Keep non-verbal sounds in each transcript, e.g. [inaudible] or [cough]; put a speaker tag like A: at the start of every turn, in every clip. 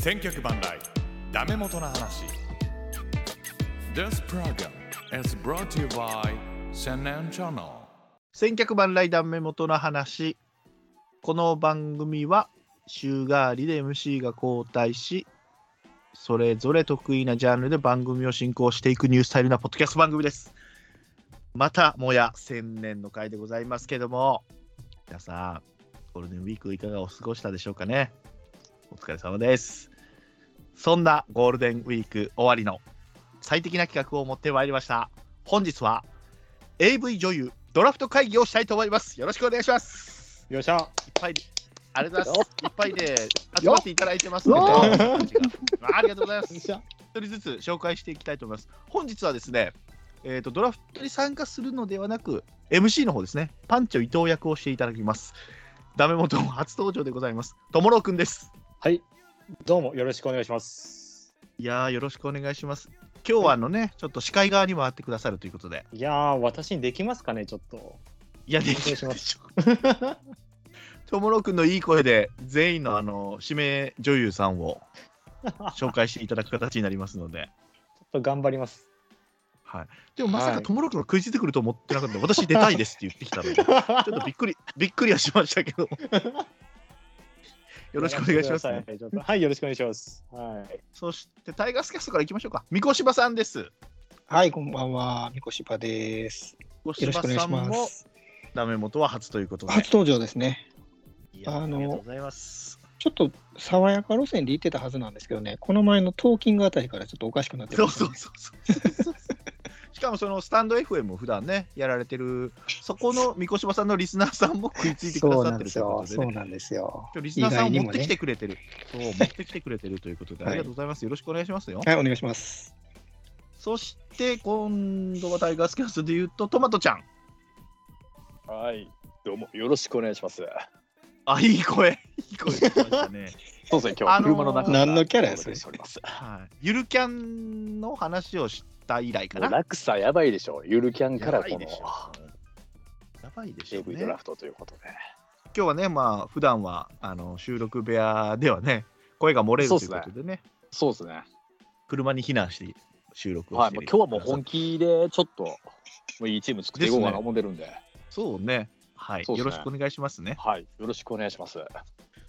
A: 千脚万来ダメ元の話 This program is brought to you by Senan Channel
B: 千客万来断目元の話この番組は週替わりで MC が交代しそれぞれ得意なジャンルで番組を進行していくニュースタイルなポッドキャスト番組ですまたもや千年の回でございますけども皆さんゴールデンウィークいかがお過ごしたでしょうかねお疲れ様ですそんなゴールデンウィーク終わりの最適な企画を持ってまいりました本日は AV 女優ドラフト会議をしたいと思います。よろしくお願いします。
C: よっしゃ
B: いっぱいで、ありがとうございます。いっぱいで集まっていただいてますので、ありがとうございます。
C: しゃ
B: 一人ずつ紹介していきたいと思います。本日はですね、えー、とドラフトに参加するのではなく、MC の方ですね、パンチョ伊藤役をしていただきます。ダメ元初登場でございます。ともろうくんです。
C: はいどうもよろしくお願いします
B: いやー、よろしくお願いします。今日はあのね、ちょっと司会側に回ってくださるということで、
C: いやー私にできますかねちょっと
B: いや、できるでしょう。ともろくんのいい声で、全員のあの指名女優さんを紹介していただく形になりますので、
C: ちょっと頑張
B: [laughs]
C: ります
B: はい、でもまさ
C: は
B: か
C: い
B: ともろくんが食いついてくると思ってなかったので、私出たいですって言ってきたの
D: [laughs]
B: で、ちょっとびっくり、びっくりはしましたけど、よろしくお願いします、
C: やら
B: ね
C: せ。てくださいちょっとはいよろしくお願いしますはい
B: そして、タイガースキャストからいきましょうか、三越柴さんです。
D: はい、こんばんは。みこしばです。
B: よ
D: よろしくお願いします。
B: ダメ元は初ということで、
D: 初登場ですね。
B: いや
D: あ
B: あ
D: の
B: りがとうございます。
D: ちょっと爽やか路線で行ってたはずなんですけどね、この前のトーキングあたりからちょっとおかしくなって
B: そう
D: ます
B: そう
D: ね
B: そうそう。しかもそのスタンド FM を普段ねやられてるそこの三越柴さんのリスナーさんも食いついてくだ
D: そう
B: さ
D: な
B: っ
D: ん
B: て
D: で
B: ると
D: す
B: いうことで、
D: よ。
B: ね、
D: そうなんですよ。
B: 今日リスナーさんを
D: 意外に
B: 持
D: も
B: って
D: ね
B: きてくれてる、そう持ってきてくれてるということで、
D: はい
B: ありがとうございますよろしくお願いしますよ、
D: はい、お願いします。
B: そして今度はタイガースキャストで言うとトマトちゃん
E: はい、どうもよろしくお願いします。
B: あいい声いい声出ましたね、
E: そうですね、今
B: あ
E: 日
B: のー
E: 車の中
D: 何のキャラやそれ
E: しております。
B: はい、ゆるキャンの話をした以来かな
E: 落差やばいでしょう、ゆるキャンか
B: や
E: ら
B: ばい
E: こ
B: でしょ
E: の
B: やばいでしょう
E: AV
B: ね
E: ドラフトということで。
B: 今日はね、まあ普段はあの収録部屋ではね、声が漏れると
E: そ
B: いうう
E: っ
B: こ
E: す
B: と
E: ね
B: でね、
E: そうですね。
B: 車に避難して収録を
E: は
B: し
E: い、
B: て
E: もう今
B: る
E: 日はもう本気でちょっともういいチーム作っていこうかな思ってるんで、
B: そうね、はい
E: そうっ
B: よ
E: す
B: ろ
E: ね
B: しくお願いしますね。
E: はい、よろしくお願いします。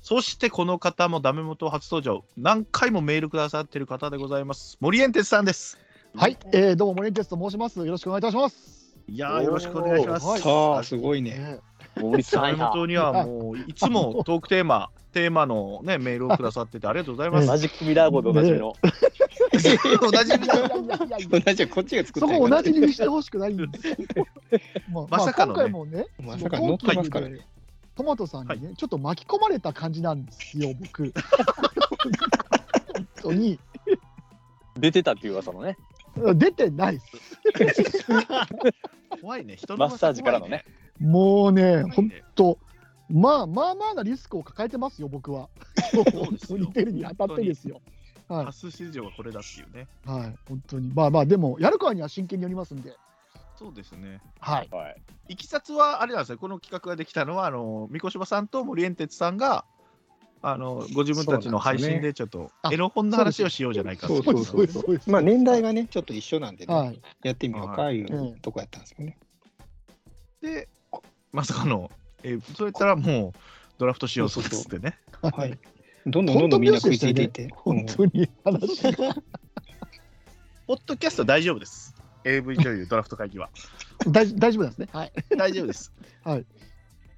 B: そしてこの方もダメ元初登場、何回もメールくださってる方でございます、森エンテスさんです。
F: はい、えー、どうも、モレンテスと申します。よろしくお願いいたします。
B: いや
E: お
B: ー
E: ー
B: よろしくお願いします。
F: はい
D: さあ、すごいね。
E: 森さ
B: ダメ
E: んや、
B: 元にはもういつもトークテーマ、テーマのねメールをくださっててありがとうございま
E: マ
B: す。
E: ジックミラー号でおなじみ
C: [laughs]
E: の、
B: 同じ
F: いやいやいやいや
D: 同じこっちが作
F: そ
D: った
F: こ同じにしてほしくないんですよ。
B: [laughs]
F: まあ
B: まさかのね
F: まあ今回もね、
D: まさか乗ってますからね。
F: トマトさんにね、ちょっと巻き込まれた感じなんですよ、僕。 [laughs] 本当に
E: 出てたっていう噂のね、
F: 出てないです。
B: 怖いね、人
E: マッサージからのね、
F: もうね、
B: 怖い
F: 本
B: ね。
F: 当、まあまあまあなリスクを抱えてますよ、僕は。
B: そうですよ
F: 本当に出るに当たってですよ。はい
B: 多数市場はこれだっていうね。
F: はい、本当に。まあまあ、でも、やるからには真剣にやりますんで。
B: そうですね。
F: はい。
E: はい、
B: いきさつはあれなんですよ、この企画ができたのは、あの三越柴さんと森円哲さんが、あのご自分たちの配信でちょっと
F: あ
B: エロ本の話をしようじゃないか
D: そう
B: と。
D: そうそう
F: そうです
D: まあ、年代がね、ちょっと一緒なんで
F: は
D: ね、
F: い。
D: やってみようか、い
F: うん
D: うとこやったんですよね。
B: で、 [laughs] まさかの、えそうやったらもうドラフトしようそうっつってね。
F: [laughs]
D: はい。どんどんどんどんみんな食いついていって。
F: 本当に話が
B: ポッドキャスト大丈夫です。AV 女優ドラフト会議は。
F: 大丈大丈夫なんですね。はい。
B: [laughs] 大丈夫です。
F: はい。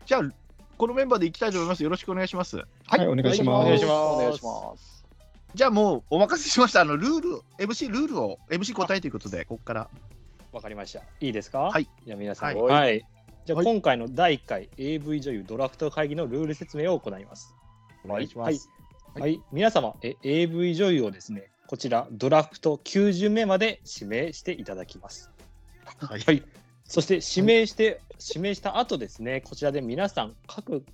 B: じゃあ、このメンバーでいきたいと思います。よろしくお願いします。
D: はいお願いしま
E: お
D: す
E: 願いします。
F: お
E: お
F: 願
E: 願
F: い
E: い
F: し
E: し
F: ま
E: ます。
B: じゃあもうお任せしました。あのルール、MC ルールを、MC 答えということで、ここから。
C: わかりましたいいですか
B: はい
C: じゃあ皆さん
B: はい
C: はい、じゃあ今回の第1回 AV 女優ドラフト会議のルール説明を行います
B: お。
C: 願いしますはい、皆様え AV 女優をですねこちらドラフト9巡目まで指名していただきます
B: はい。
C: はい、そして指名して、指名した後ですね、こちらで皆さん各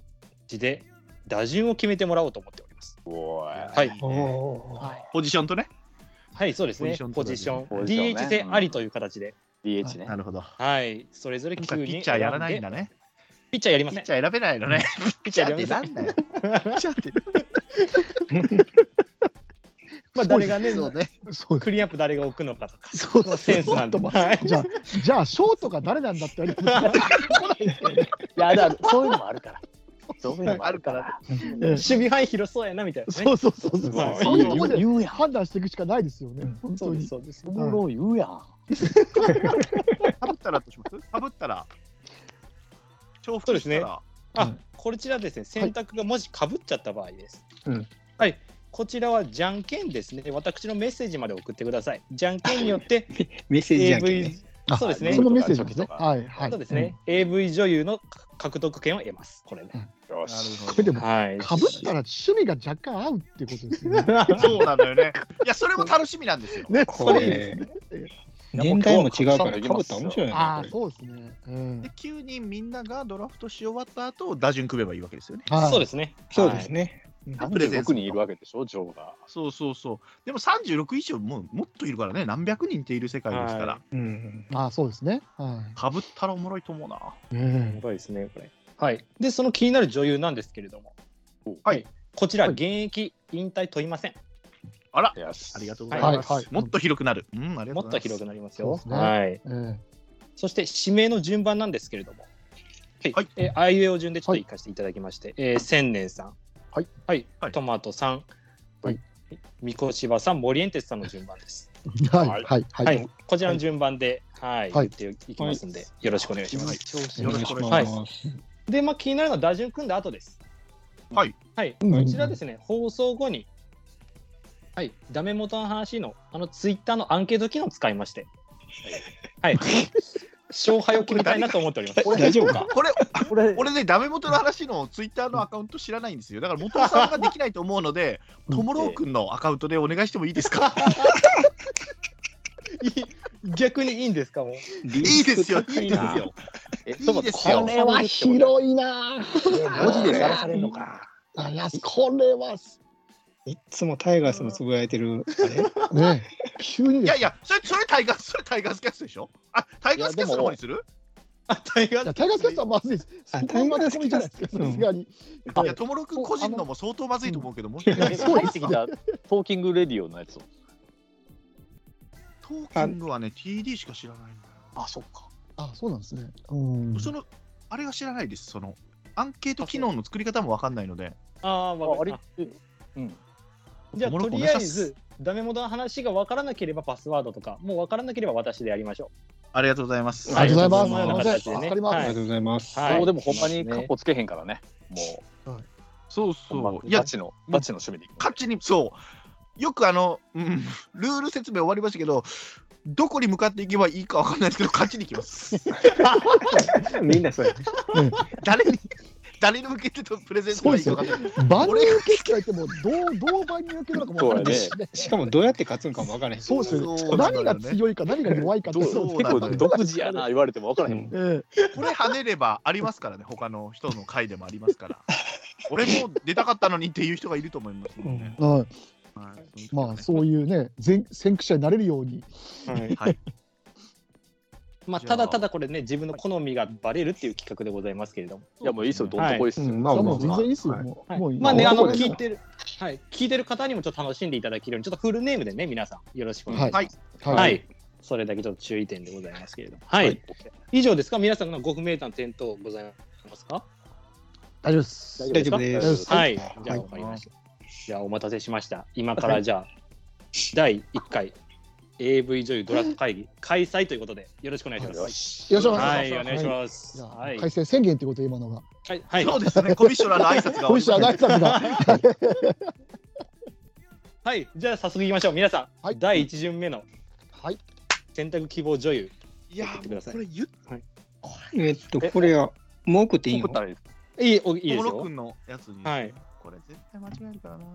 C: 自で打順を決めてもらおうと思っております。
E: おーい
C: はい
B: ね
D: おー
F: はい。
B: ポジションとね。
C: はい、そうです
B: ポジ
C: ね
B: ション。
C: ポジション、
E: ポジションね
C: DH 制ありという形で、
E: DH ね
B: な、るほど。
C: はい、それぞれ
B: ピ
C: 9
B: ッ
C: 人
B: チャ
C: 選ん
B: ーピッチャーやらな
C: で
B: いんだね。
C: ピッチャーやりま
B: ピ
C: せ
B: ッ
C: ん
B: チ。ャー選べないのね。ピッチャーってなんだよ。ピッチャーって。
C: まあ誰がね
B: そう [laughs] ね。
F: そう
C: クリーンアップ誰が置くのかとか
F: [laughs] そう
C: のセンスなんで、
F: ちょっと
C: はい
F: じゃあ、じゃあ、ショートが誰なんだって言われても来ないですよね。
E: いや、だからそういうのもあるから。そういうのもあるから。
F: ええ
C: [laughs] 守備範囲広そうやなみたいなね。
F: そうそうそうそう。
C: まあ
F: そういうところで
E: 言うやん。
F: 判断していくしかないですよね。本
C: そ
F: 当
C: うです
F: に。
C: そうです
E: お。もろい言うやん。
B: かぶったらどうしますかぶったら。重
C: そう
B: 複
C: で
B: した
C: すね
B: ら。
C: あ、こちらですね、選択がもし被っちゃった場合です。
D: うん
C: はい、こちらはじゃんけんですね。私のメッセージまで送ってください。じゃんけんによって
D: メッセージじゃんけん
C: AV
D: ね。、
F: あ
C: そうですね
F: そ。のメッセージですね。
E: とか
F: はいはい。
C: そうですね。AV 女優の獲得権を得ます。これね。
E: よ
B: なる
E: し。
B: ほ
F: こ
B: ど
F: れでも、
C: はい。
F: かぶったら趣味が若干合うってことです
C: [laughs]
F: よね。
B: そうなのよね。いや、それも楽しみなんですよ。
F: ね、
D: こ
F: そうです
D: れ
F: ね。
D: 年代も違うからかぶったら面白い
F: あ
D: な
F: あ、。
D: こ
F: そうですね。うん
B: で、急にみんながドラフトし終わった後、打順組めばいいわけですよね。
F: はい
C: そうですね。
D: れそうですね。
B: プレゼン
E: 36
B: する
E: 人いるわけでしょ、ジョーが。
B: そうそうそう。でも36以上もうもっといるからね、何百人っている世界ですから
C: は、
D: うん。
F: ああ、そうですね。は
B: かぶったらおもろいと思うな。
F: い。う
C: や
F: ん
C: ばいですね、これ。はい。で、その気になる女優なんですけれども、
B: はい。
C: こちら、
F: はい
C: 現役引退問いません。
E: よし。
B: ありがとうご
C: は
B: ざ
C: い
B: い
F: はい
B: ま
F: はい
B: す。。もっと広くなる。うん、ありが
C: も
B: とう
C: っ
B: ござい
C: と
B: ます。
C: 広くなりますよ。
F: そうですね
C: はい。
F: うん
C: そして、指名の順番なんですけれども、はい。
B: はい
C: えーあいうえお順でちょっと行かせていただきまして、えー千年さん。
F: はい。
C: はい
B: は。い
C: トマトさん。
F: はい。
C: みこしばさん、森エンテスさんの順番です。
F: はいはい
C: は
F: はい
C: い。。こちらの順番で、はい。
F: はい
C: 言っていきますんで、よろしくお願いします。
B: よろしくお願いし
C: ます
D: ます。
C: で、まあ、気になるのは打順組んだ後です。
B: はい。
C: はい。
D: ん
C: こちらですね、放送後に、はい、ダメ元の話の、あの、ツイッターのアンケート機能を使いまして、はい。勝敗を決めたいなと思っております。
D: 大丈夫か
B: [laughs] これ、
E: これ、
B: 俺ね、ダメ元の話のツイッターのアカウント知らないんですよ。だから、元さんができないと思うので、
F: うん
B: ともろうくんのアカウントでお願いしてもいいですか
C: いい逆にいいんですか、もう。
B: いいですよ、いいです
E: な
B: よ。
E: え
B: いいですよ
E: こ
F: こ
E: れ
F: れ
E: は
F: は
E: 広
F: 広いなあ。
E: い。文字でさらされるのか。
F: あいや、これはす。
D: いっつもタイガースのつぶやいてる、あれ
F: ね。急に
B: い
F: で
B: や
F: す。
B: いや、それ、それタイガース、それタイガースキャストでしょあ、タイガースキャストの方にする
C: あ、大
F: い
C: 河
F: やタイガースキャストはまずいです。
D: あ
F: そこはまずいじゃないですか。
D: タイガー
F: さ
D: ス
F: す
D: キャ
F: がに。
B: いや、ともろうくん個人のも相当まずいと思うけど、もう一
E: 入
B: 回。ト
E: ってきたトーキングレディオのやつを。
B: ーキングはね、TD しか知らないのよ
E: あ、そっか。
F: あ、そうなんですね。うん。
B: その、あれが知らないです、その、アンケート機能の作り方もわかんないので、
C: あー、わ
E: あ
C: か
E: あ
C: り
E: れ
C: ま
E: うん。
C: じゃあ、
B: ともろ
C: と
B: くんお
C: り
B: 願いしま
C: あえ
B: す
C: ず、ダメ元の話が分からなければパスワードとか、もう分からなければ私でやりましょ
B: ありがとうございます。
F: ありがとうご
C: は
F: ざいます。すいま
C: は
F: せんわかり
D: あり
F: ま
D: がとうございます。
C: はい
E: そうでもほんまに
C: そうです
E: カ
C: ね
E: ッコつけへんからね。も
B: そう
E: う、ほんま
B: そう。いや
E: ガ、チの、ガチの趣味でいく。
B: 勝ちに、そう。よくあの、うん、ルール説明終わりましたけど、どこに向かっていけばいいかわかんないですけど、勝ちに行きます。
D: みんなそうや。
B: 誰に、誰に向けてとプレゼントがいいかわかんない。
F: す。バレー結果いても、どう、どう場に向けるのかもわからないしね。
D: しかもどうやって勝つんかも分からへん。
F: そうですよ
B: そう
F: ね。
B: なんだよ
F: [laughs] 何
B: ね
F: が強いか、何が弱いかって。
E: どう
B: そう
E: 結
B: なん
E: 構
B: だよ
E: 独自やな言われても分からへんもん。
F: ええ
B: これ跳ねればありますからね、他の人の回でもありますから。俺も出たかったのにっていう人がいると思いますもんね。
F: はい。
B: はい
F: まあ、そういうね、全先駆者になれるように。
C: う。はい
B: はい。
C: う。まあ、
B: じゃあ
C: ただただこれね、自分の好みがバレるっていう企画でございますけれども。
E: いや、もういいっすよ、ど
C: は
E: ん
C: い
E: とこいっすよ。
D: うんまあ
F: あ、
D: ま
F: も
D: あ
F: う全然いいですよ。
D: はい
F: も
C: は
F: う
C: い
F: もういい。
C: まあね、あの
F: 男です
C: 聞
F: か
C: い
F: ら
C: てる、はい、聞いてる方にもちょっと楽しんでいただけるように、ちょっとフルネームでね、皆さん、よろしくお願いします。
B: は
C: はいい、
F: はい
C: それだけちょっと注意点でございますけれども。はい、以上ですか、皆さんのご不明な点等ございますか。
F: 大丈夫です。
D: 大丈夫で。
F: 大丈夫ですす
C: はい、
F: い
C: じゃあ、わかりました。じゃあ、お待たせしました。今から、じゃあ、第1回 AV 女優ドラフト会議開催ということで、よろしくお願いしま
E: よ
C: す。
E: し。
F: よろしくお
C: は
F: 願い
C: い、
F: し
C: お
F: ます。
C: 願いし
F: す。
C: ます。
F: じゃ
C: は
F: あ
C: い、
F: 改正宣言ってことで今のが。
C: はい、はい
B: そうですね、コミッショナーの挨拶が終わりました。
F: 本社大作だ。
C: はい、じゃあ、早速いきましょう。皆さん、
F: はい
C: 第1巡目の
F: はい。
C: 選択希望女優。
B: いや、
C: 言ってください
B: これ言っ
D: えっと、これは、文句っていい
E: 送
D: の
E: ったらいいです。
C: いい、おいい
B: て
C: です
B: もろ
C: よ
B: く。んのやつに。
C: はい。
B: これ絶対間違えるからな。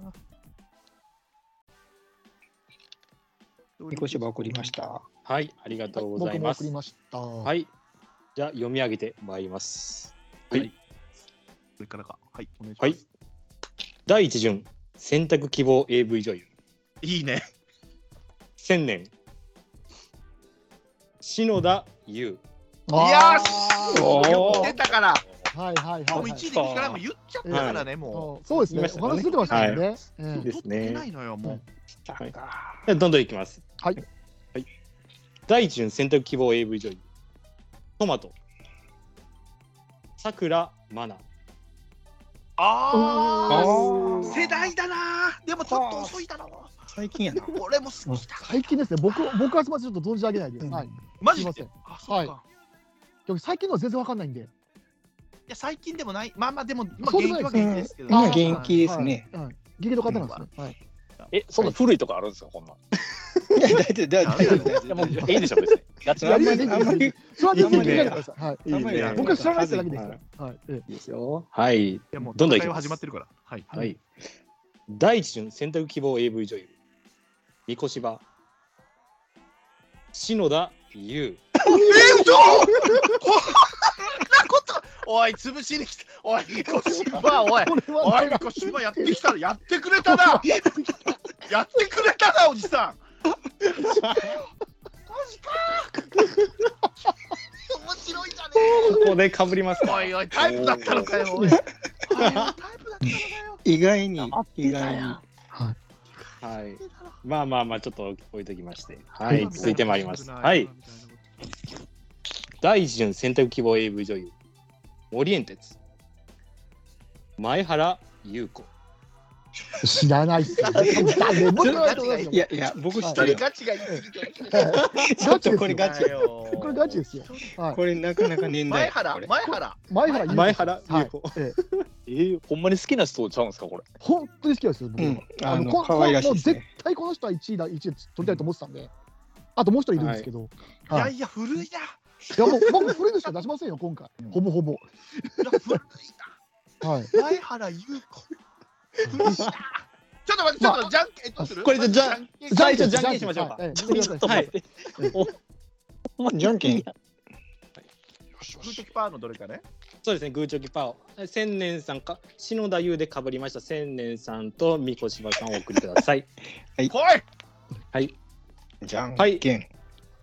D: みこしば送りました。
C: はい、ありがとうござい
F: 僕も
C: ま
F: 送
C: す
F: り。ました。。
C: はいい、じゃあ読み上げてまいります。
B: はい。これからか。はい、お願いし
C: は
B: ま
C: い
B: す。。
C: 第一巡、選択希望 AV 女優、
B: いいね。
C: 千年、篠田優。
B: よし
F: お
B: 出たから。
F: ーはいはい
B: もう1
F: はい、はい
B: 位で聞からも言っちゃったからね、も
F: そう。そうですね
C: 言いまし。た
F: お
C: からね
F: 話出てましたよね。う
B: う。
F: ん
C: ですね
B: 取ってないのよ、も
C: はいじゃあどんどんいきます。
F: はい
C: はい。大順選択希望 AV 女優。トマト。さくらまな。
B: う。あ
D: お
B: あ、
D: ー
B: 世代だな。でもちょっと遅いだろ。
D: 最近やな。
B: 俺も好きだ。
F: 最近ですね。僕僕はまちょっと存じ上げないです。
D: うん
F: はい。
B: マ
F: すい
B: ジ
F: ませ
B: で
F: ん。
B: あ、そうか。
F: でも最近のは全然わかんないんで。
B: いや最近でもない。まあまあでも、まあ、
F: そう
B: 現
F: でもな
B: 役
F: い
B: は
F: で
B: 現役です
F: す
B: けど。
D: 今現役
B: はい
D: ですね。
F: はい。うん。ギリの方なんですね。はい。
E: え、そんな古いとこあるんですか、こんなん。
D: いや大丈夫大丈夫大丈夫 [laughs] 大
E: いやもう、え
D: 丈夫
E: えでしょ、 [laughs] 別に。やつ
D: あ
E: や
D: ん
E: り
D: ま
E: ま
D: り
E: り。
D: あんまり
F: それは全然
D: いい
F: 聞
D: ね
F: いてください。はい。
D: あんま
E: いい
D: り
E: ね
F: 僕は知らないってだけです
C: は
F: よ
C: い。
F: はい。ええ
E: いいですよ。はい。
B: いやもう
E: どんどん
B: 戦
E: いき
B: いは
E: ます
B: 始まってるから。はい。
E: はい。
C: 第一順選択希望 AV 女優。三越芝。篠田優。
B: えっと。こんなこと。おい潰しに来た。おいみ [laughs] こしばおい。
F: これ
B: お
F: は、
B: いみこしばやってきたらやってくれたな。やってくれたなおじさん。マジかー。面白いじゃね
C: ここでかぶります
B: えか。
C: か
B: お。いおいタイプだったのかよ。おいおいタイプだったのかよ。
D: 意外に、意外に。
C: はい。まあまあまあ、ちょっと置いときまして。はい。 [laughs] 続いてまいります。はい。。第一順選択希望 AV 女優森エンテツ前原優子
F: 知らないっすよ。ね僕は知らないですよ
D: いやいや、僕知っ
B: 一
D: てる
B: 人
D: よ。
B: ガチが言い過ぎてる。
D: ちょっとこれガチ。
B: よ
F: これガチですよ。はい。
D: これなかなか年
B: 前
D: 代。
B: 原
D: これ
B: 前原
F: 前原優子
C: 前原優子
F: はいええ
E: えー、ほんまに好きな人ちゃうんですか、これ。
F: 本当に好きなんですよ。僕
D: うん、
F: あ
D: あ
F: の
D: の、
F: こ
D: 可愛らしいです
F: も
D: ね。
F: う絶対この人は1位だ、1位取りたいと思ってたんで、あともう一人いるんですけど、
B: いや
F: はい、い
B: いや古いな。
F: やもう僕、古いのしか出しませんよ、今回、ほぼほぼ。
B: いや古い
F: はい、
B: な。前原優子。古いなちょっと待って、ちょっと待ってじゃんけんどうする。
C: これでじゃん
B: んけん
C: [laughs] 最初じゃんけんしましょうか
F: はいはい
E: ちょっと待って。
D: まあ、じゃんけん。
B: 風的パーのどれかね。
C: そうですねグーチョキパーを千年さんか篠田優でかぶりました千年さんと三越柴さんをお送りくだ [laughs] さい
B: 来い。
D: じゃんけん。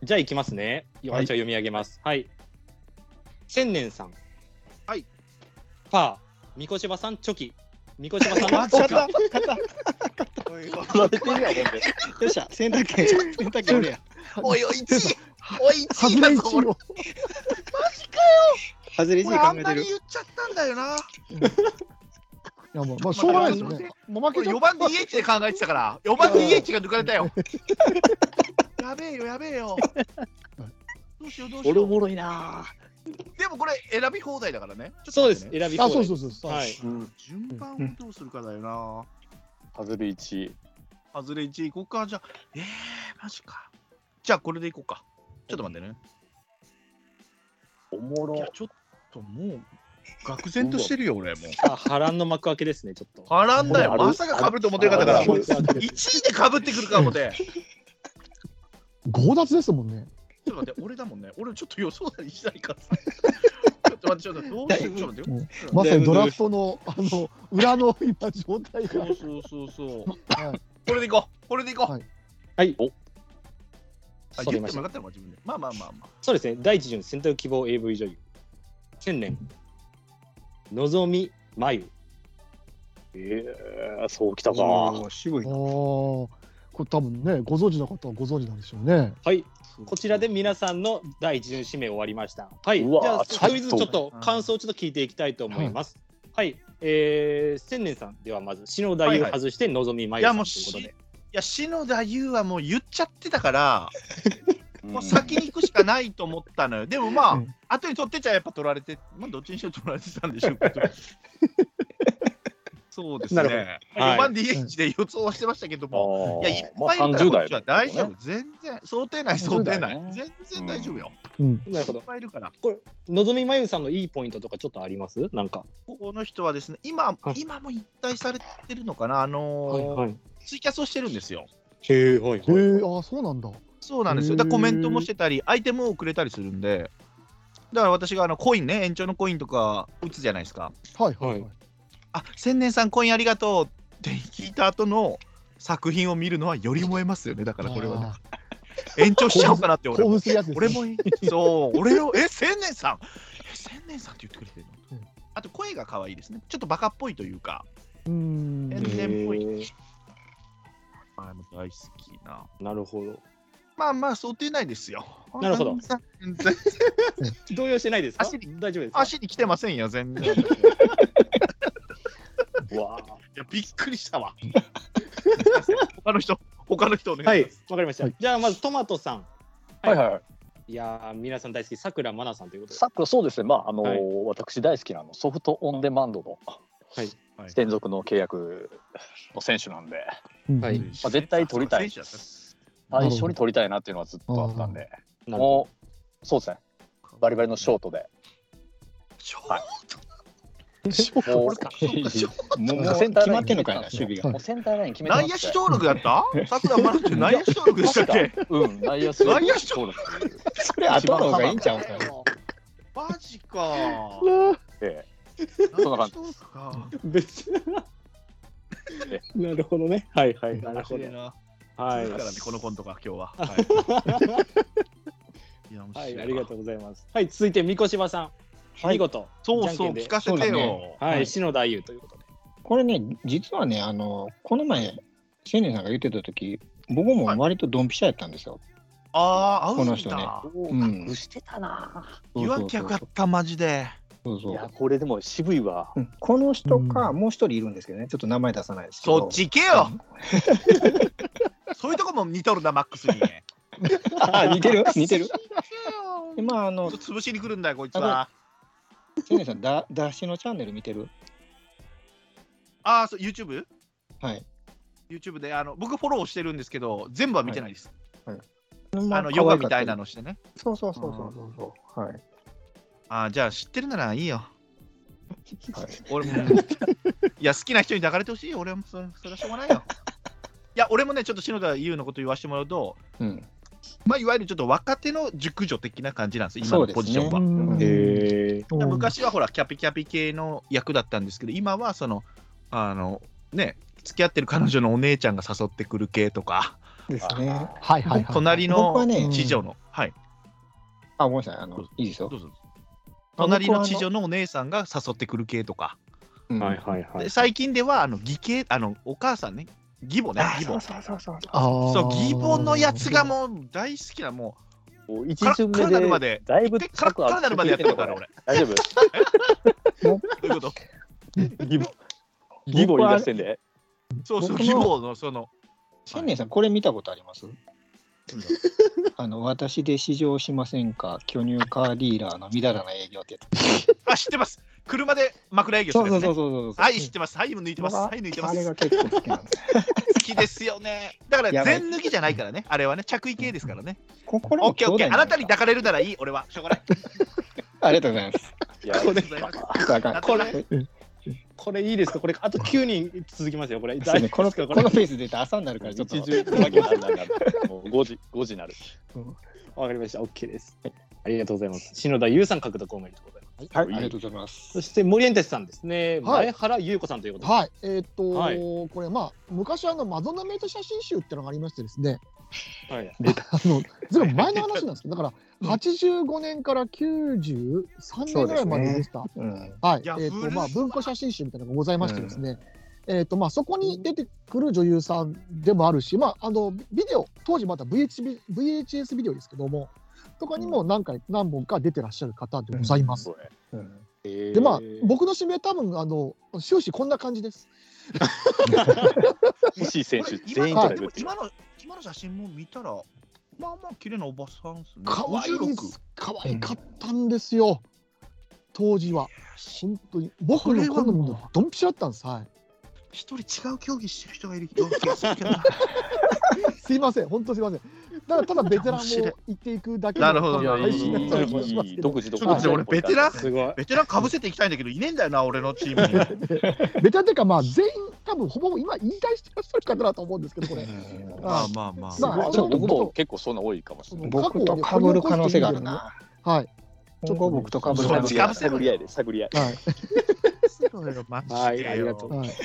C: じゃあいきますね私は
D: はい
C: 読み上げますはい千年さん
B: はい
C: パー三越柴さんチョキ三
B: [laughs]
C: 越柴さんはチ
D: 勝
C: ョ
D: った
C: キ
D: 勝った
E: 離れてるやん、ほんで。
D: よっしゃ、選択権、選択権俺や。
B: おいおい一位。おい一位
F: 外れ
B: だ
F: 1
B: ぞ。俺
F: 位を、
D: 外れ字
B: 俺
D: 考
B: あん
D: え
B: ま
D: て
B: り
D: る。
B: 言っちゃったんだよな。
F: いやもうまあ、しょうがないですよね、もう負けちゃ
B: 4
F: っ
B: 番 DH で考えてた [laughs] から、4番 DH が抜かれたよ。 [laughs] やべえよ、やべえよ。どうしよう、どうしよ
E: 俺お
B: う。
E: もろいな
B: でもこれ選び放題だからね。
C: そうです
B: ちょっと待ってね
C: 選び
F: た、あ
C: 放
F: そう
C: 題
F: そうそうそう、
C: はい
E: ぁ。
B: 順番をどうするかだよな。
E: 外れ1位。
B: ハズレ1位いこうか。じゃあ、えー、マジか。じゃあ、これでいこうか。ちょっと待ってね。
E: おも
B: い
E: ろ
B: や、。ちょっともう、愕然としてるよ、俺もう。
C: さあ波乱の幕開けですねちょっと
B: はらんだよ。
E: ある
B: まさか被ると思ってるかったから。
E: ある
B: 1
E: ある
B: 位で被ってくるかもで。
F: 強奪ですもんね、
B: ちょっと待って、俺だもんね。俺ちょっと予想だにしないから [laughs] さ。ちょっと待って、ちょっとどうしよう。ちょっと待ってよ。
F: まさにドラフトのあの裏の今、状態が、
B: そ
F: はいう
B: そうそうそう。これでいこう。これでいこう。
F: はい
C: はい
B: あ
C: それ
B: 言
C: ま
B: って
C: し
B: も
C: た
B: よかったのか、自分で。まあまあまあまあ。
C: そうですね、第一順選択希望 AV 女優。千年。のぞみまゆ。
E: えー、そうきたか。
D: おー渋い
F: あー。これ、多分ね、ご存知の方はご存知なんでしょうね。
C: はい、こちらで皆さんの第一順指名終わりました。はい、
E: うわー
C: じ
E: ちょっ
C: ゃあ、
E: と
C: クイズちょっと感想をちょっと聞いていきたいと思います。はい、えー、千年さんではまず、篠田優
B: はいはい
C: 外して、のぞみまゆ
B: い
C: さ
B: やも
C: ん
B: う
C: ということで。
B: いや、篠田優はもう言っちゃってたから、
E: うん
B: もう先に行くしかないと思った
F: [laughs]
B: のよ。でもまあ、
F: うん
B: 後に取ってちゃやっぱ取られて、まあどっちにしろ取られてたんでしょうけど。 [laughs] そうですね。
C: なるほどは
B: 4
C: い
B: 番 DH で予想はしてましたけど
E: あ
B: も、
E: ー
B: いや、いっ
E: まあ
B: ぱいいるから
E: 30代
B: こっちは大丈
E: だ
B: 夫。全然、想定内、想
E: そう
B: 定内
E: だよ。ね
B: 全然大丈夫よ。
F: うん、
C: なるほ
B: い
C: ど
B: っ。ぱいいるから。
C: のぞみまゆさんのいいポイントとかちょっとありますなんか。
B: この人はですね、今
C: は、い
B: 今も引退されてるのかな、あのー
C: い。
B: ツイキャスをしてるんですよ。
C: へえ、はい、
F: へ
C: はい。
F: え、ああ、そうなんだ。
B: そうなんですよ。
F: へー
B: だからコメントもしてたり、アイテムをくれたりするんで、だから私があのコインね、延長のコインとか打つじゃないですか。
F: はいは
C: は
F: いはい。
B: あ千年さん、コインありがとうって聞いた後の作品を見るのはより燃えますよね、だからこれはね。延長しちゃおうかなって俺
F: 興
B: も [laughs]
F: 奮。するやつですね。
B: 俺もいいそう、俺を、え、千年さん、え、千年さんって言ってくれてるの、あと声が可愛いですね。ちょっとバカっぽいというか、
F: うーん。
B: 全然っぽ
E: へ
B: い
E: ー。
B: あも大好きな。
E: なるほど。
B: まあまあ、想定内ですよ。
C: なるほど
B: 全然
C: 動揺してないですか
B: 走り
C: 大丈夫ですか
B: 足に来てませんよ、全然。い
E: わあ。
B: や、びっくりしたわ。他の人、他の人お願いします。
C: はい、わかりました。じゃあ、まずトマトさん。
E: はいはいはい。
C: いやー、皆さん大好き、さくらまなさんということで。
E: さっきそうですね、まああのー
C: はい
E: 私大好きなあのソフトオンデマンドの
C: はい
B: はい
E: 連続の契約の選手なんで、
C: は
F: はいい。
E: まあ、絶対取りたい、
B: 選手だった
F: なる
E: 最
F: ほど
E: 初に取りたいなっていうのはずっとあったんで、
C: なるほ
E: もうそうですね、バリバリのショートで、
B: ショー
E: はい
F: ショー
E: も
F: トですか
E: うもう
D: もう
E: センター
D: 決
E: ラ
D: ま
E: イン
D: ってんのかいな、守備が。
E: もうセンターライン決めてま
B: 内
E: す
B: 野手
E: ね
B: 登録だったさくらまなって内野手登録でしたっけ
E: 確かうん、内野手
B: 内野手
E: そうです
D: それ後の方がいいんちゃうんかいな。
B: マジか。
E: え
B: そ
E: んな感じ
C: ど。別に。 [laughs] なるほどね。はいはい。なる
B: 面
C: ほ
B: 白
C: ど
B: い。な。
C: は
B: だからね、このコントが今日は。 [laughs] はい、いや面白
C: はいい、
B: な
C: ありがとうございます。はい、続いて、みこしばさん。見事。
B: そう
C: じゃ
B: そ
C: ん
B: う、
C: けんで
B: 聞かせて
D: そうだ
B: よ。
C: は、
D: はいい
C: 篠田優ということで。
D: これね、実はね、あの、この前、青年さんが言ってた時、僕も割とドンピシャやったんですよ。
B: ああ、合うん
D: こ
B: だ
D: の人ね
E: うん、してたな。
B: 誘惑客だった、マジで。
D: そうそ
E: いうや、これでも渋いわ。
D: うんこの人か、
F: う
D: もう一人いるんですけどね、ちょっと名前出さないですけど。
B: そっち行けよ。そういうとこも似とるな、マックスに。 [laughs]
D: あ、似てる似てる。で
B: ち
D: まあ、あ
B: ょ
D: の
B: っと、潰しに来るんだよ、こいつは。
D: 青年さん、だ、だしのチャンネル見てる
B: ああ、そう、YouTube?YouTube
D: はい。
B: で、あの、僕フォローしてるんですけど、全部は見てないです。
D: あ
B: あの、ヨガみたいな。のしてね。
D: そうそうそうそうそうそう。はい。
B: ああ、じゃあ知ってるならいいよ。
D: はい
B: 俺
D: [laughs]
B: もいや好きな人に抱かれてほしいよ俺もそれそれはしょうがないよいや俺もねちょっと篠田優のこと言わせてもらうと
D: うん。
B: まあいわゆるちょっと若手の熟女的な感じなんですよ今
D: そ
B: の
D: うです
B: ポ
D: ね
B: ジションは、
F: うん
E: へえ。
F: うん
B: 昔はほらキャピキャピ系の役だったんですけど今はそのあのね付き合ってる彼女のお姉ちゃんが誘ってくる系とか
D: ですね。
F: はいはいはい。
B: 隣
D: 僕
B: の
D: はね
F: うん、
B: 地女の、はい
D: あ、ごめんなさい。あの、いいですよ
B: ど。うぞ
D: あ
B: 隣の
D: 僕はあ
B: 地女のお姉さんが誘ってくる系とか、
D: うん
E: はいは
B: で最近ではあの義兄あのお母さんね義母ね
D: あ
B: 義母
D: そうそうそうそう。
F: ああ。
B: そう、ギボンのやつがもう大好きな、も
E: 一巡
B: カラカラなるま
E: 目
B: で
E: で、だいぶ
B: う、でカラッカラになるまでやってたから、俺。
E: 大丈夫
B: どう
D: [laughs]
B: いうこと
E: ギボギボ言い出してんで。
B: そうそう、
D: 僕の
B: ギボンのその、
D: 千年さん、これ見たことあり
B: [laughs]
D: ますあの、私で試乗しませんか巨乳カーディーラーのみだらな営業ってやつ。
B: あ、知ってます。車で枕営業す
D: そ
B: る
D: う
B: や
D: そう
B: つ
D: そう
B: ね。
D: そうそう。
B: はい、知ってます。はい、抜いてます。はい、抜いてま
D: あれ
B: す。
D: が結構好きなん
B: [laughs]
D: です。
B: 好きですよね。だから、
D: やばい
B: 全抜きじゃないからね。あれはね、着衣系ですからね。
D: 心
B: オッ
D: も
B: ケ
D: 兄
B: ーオッ
D: 弟
B: ケ
D: な
B: ー。
D: ん
B: あ
D: だ
B: なたに抱かれるならいい、俺は。しょうがない。
D: ありがとうございます。
E: いや
B: ありがとうございます
D: あかんあかん
B: だって
C: これ、これいいですかこれ、あと9人続きますよ。これ、
D: そうねこの
C: 大丈夫ですか
D: こ
C: これ
D: のペースで朝になるからちょっと
E: 一巡目だけなんだな。もう5時、5時に
C: [laughs]
E: なる。
C: わかりました。OK です。ありがとうございます。篠田優さん獲得おめでとうございます。
D: はい、ありがとうございます。
C: そして、森エンテスさんですね。
F: はい
C: 前原優子さんということで。
F: はい、えーっと、
C: はい
F: これ、まあ、昔、あの、マドンナメイト写真集ってのがありましてですね、
C: はい。
F: [laughs] あの、ずいぶん前の話なんですけど、だから、85年から93年ぐらいまででした。
D: うん。
F: はい、
B: い
F: え
B: や
F: ー
B: 古
F: と
B: い
F: まあ、文庫写真集みたいなのがございましてですね、えーとまあ、そこに出てくる女優さんでもあるし、まあ、あのビデオ当時また VH ビ VHS ビデオですけどもとかにも何回、何本か出てらっしゃる方でございます。
E: そうね。
D: うん
E: で
F: でまあ、僕の指名多分あの終始こんな感じです。
E: 欲しい選手
B: こ
E: 全
B: れ今
E: 員とか
B: で
E: 言
B: も
E: うてる
B: 今の、今の写真も見たら、まあまあ、綺麗なおばさんですね。
F: 可愛い
B: 56
F: 可愛かったんですよ、当時は。本当に僕の好みのドンピシャだったんです。はい [laughs]
B: 一人違う競技してる人がいるような気がするけど [laughs] な
F: すいません、本当すいません。ただただベテランを言っていくだけの
B: なるほどなるほど
F: 配信だったような気がします
E: い
F: け
E: い
F: ど
E: 独自
B: ちょっと待って俺ベテラン
C: すごい。
B: ベテランかぶせていきたいんだけど、いねえんだよな、俺のチームに。
F: [laughs] ベテランというか、まあ、全員多分ほぼ今引退してらっしゃる方だと思うんですけど、
D: [laughs]
F: これ。
B: [laughs] まあまあまあ。
F: まあ
E: ちょっと僕と結構そんな多いかもしれない。
D: 僕とかぶる可能性があるな。
F: はい。
D: そこは僕とかぶる可能性があ
B: か
D: る
B: ぶ。せろ
E: 探り合いで、探り合い。
F: はい。
C: はいありがとう
F: はい。
C: はい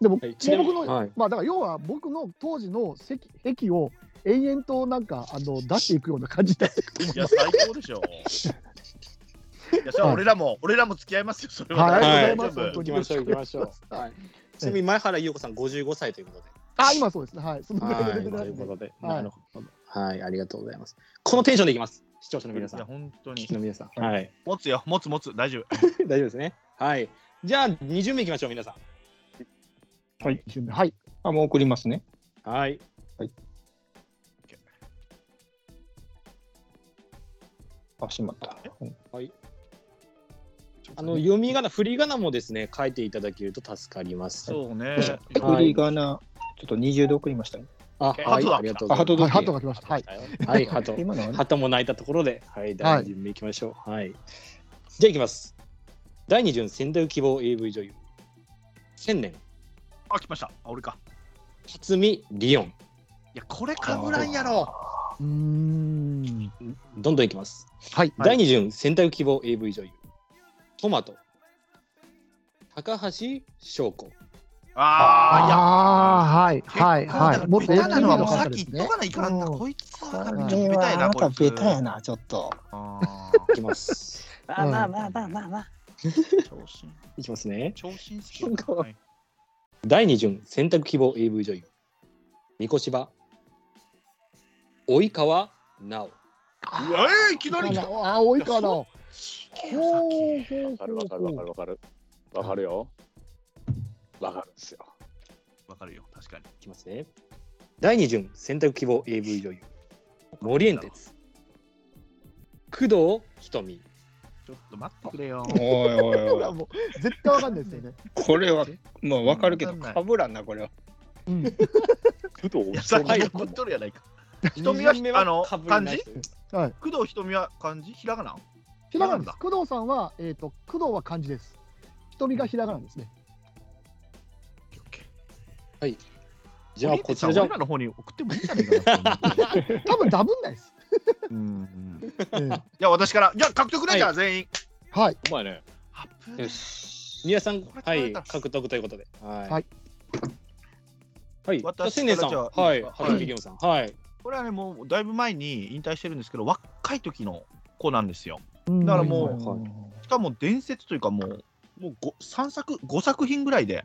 F: でも、
C: はい
F: もう僕の、
C: はい
F: まあ、だから要は僕の当時の席駅を延々となんかあの出していくような感じだ。
B: いや、最高でしょ。 [laughs] いやそれは俺らも、俺らも付き合いますよ、それは。
F: はい
C: あり
F: がとうございま
B: 大
F: す
B: 丈夫
C: 行きましょう行きましょう。はい。ちなみに前原優子さん55歳ということで。
F: あ、今そうですね。はい。その
C: はい、と
F: レベルなん
C: いう
F: で
C: ことで、
F: はい
C: なるほど。はい、ありがとうございます。このテンションでいきます。視聴者の皆さ
B: い
C: ん、
B: や
C: 聞
B: 本当に
C: き。の皆さん。はい、
B: 持つよ、持つ持つ、大丈夫。
C: 大丈夫ですね。はい。じゃあ、2巡目いきましょう、皆さ
D: はい。
F: 一瞬ではい。
D: あ、もう送りますね。
C: ん。はい。
D: あ、しまった。うん
C: あの、読み仮名、振り仮名もですね、書いていただけると助かります。
B: そうね。
D: 送りがな、ちょっと20で送りましたね。
C: あ、
B: え
C: はい、
B: 鳩だ
C: ありがとうご
D: あ、
C: ざい
D: ハ
C: ま
D: ト
F: はい、
D: ド
F: ハトが来ました。はい。
C: す。はい、ハト。
D: 今のはね
C: ハトも泣いたところで、はい、第2巡目いきましょう。はい。じゃあ、いきます。第2巡、仙台希望 AV 女優。千年、
B: あ、来ました。あ、俺か。
C: 辰巳リオン。
B: いや、これかぶらんやろ。
F: うーん。
C: どんどんいきます。
F: はい。
B: は
C: 第
B: い
C: 2巡選択希望 AV 女優トマト高橋翔子
B: あ
F: ああ、はい。
B: ー、いや。
F: はい。はい。
B: もっとベ
F: ベ
B: タ
F: タ
B: なの
F: なの
B: はも
F: はも
B: う
F: う
B: さ
F: さ
B: っ
F: っ
B: き
F: き
B: 言
F: 言
B: っとか
F: っとか
B: ないかんな。
F: うん
B: こいつ
D: こ
B: は
D: れ
B: ベタ
D: は
B: や
D: あ
B: な、
D: な
B: こ
D: た
B: いつ
D: ベタやな、ちょっと。
B: あ [laughs]
C: いきます [laughs]
F: あまあま
D: あまあまあまあ。
B: ー長身、
C: いきますね
B: 長身好きやな。はい
C: 第2巡選択希望 AV 女優三越芝及川奈緒
B: うわえーいきなり来た。
F: あ、多いかな。ほうほう
E: わかるわかるわかるわかる。わかるよ。わかるんですよ。
B: わかるよ、確かに。
C: いきますね第2巡選択希望 AV 女優森園哲工藤瞳
B: ちょっと待ってくれよ。
D: [laughs] おいおい
F: ほう。
D: おい。
F: もう絶対わかんないですよ
B: [laughs]
F: ね。
D: これは、まあわかるけど、
B: わかんない
D: かぶらんな、これは。
E: ふとお
B: いや、さっき送っとるやないか。瞳は
C: 二巡目、は
B: あの、
C: 被り
B: 漢
C: ない
B: 字
C: という
B: 工藤瞳は漢字ひらがな
F: ひらがなで
B: なん
F: す。工藤さんは、えっと、工藤は漢字です。瞳がひらがなですね。
C: じゃあこちらじゃ
B: 俺らの方に送ってもいいんじゃないかなと思って。
F: 多分ダブんな
B: [laughs]
F: いです。
B: うんうん
F: ええ
B: じゃあ私から、じゃあ獲得ね、
C: はい
B: じゃあ全員。
F: はい。
E: お前ね。
B: あぶね
C: よし。宮さん
B: これ、
C: は
B: 取ら
C: い、
B: れた
C: 獲得ということで。はい。
F: はい
C: はい。じゃあ
B: 私
C: 千年さん、
B: じゃあ
C: はい。
B: はい
C: ハトビリオンさん、はい。
B: これはね、もうだいぶ前に引退してるんですけど、若い時の子なんですよ。
F: だ
B: からもう
C: はい
B: しかも伝説というか、もう、もうご3作、5作品ぐらいで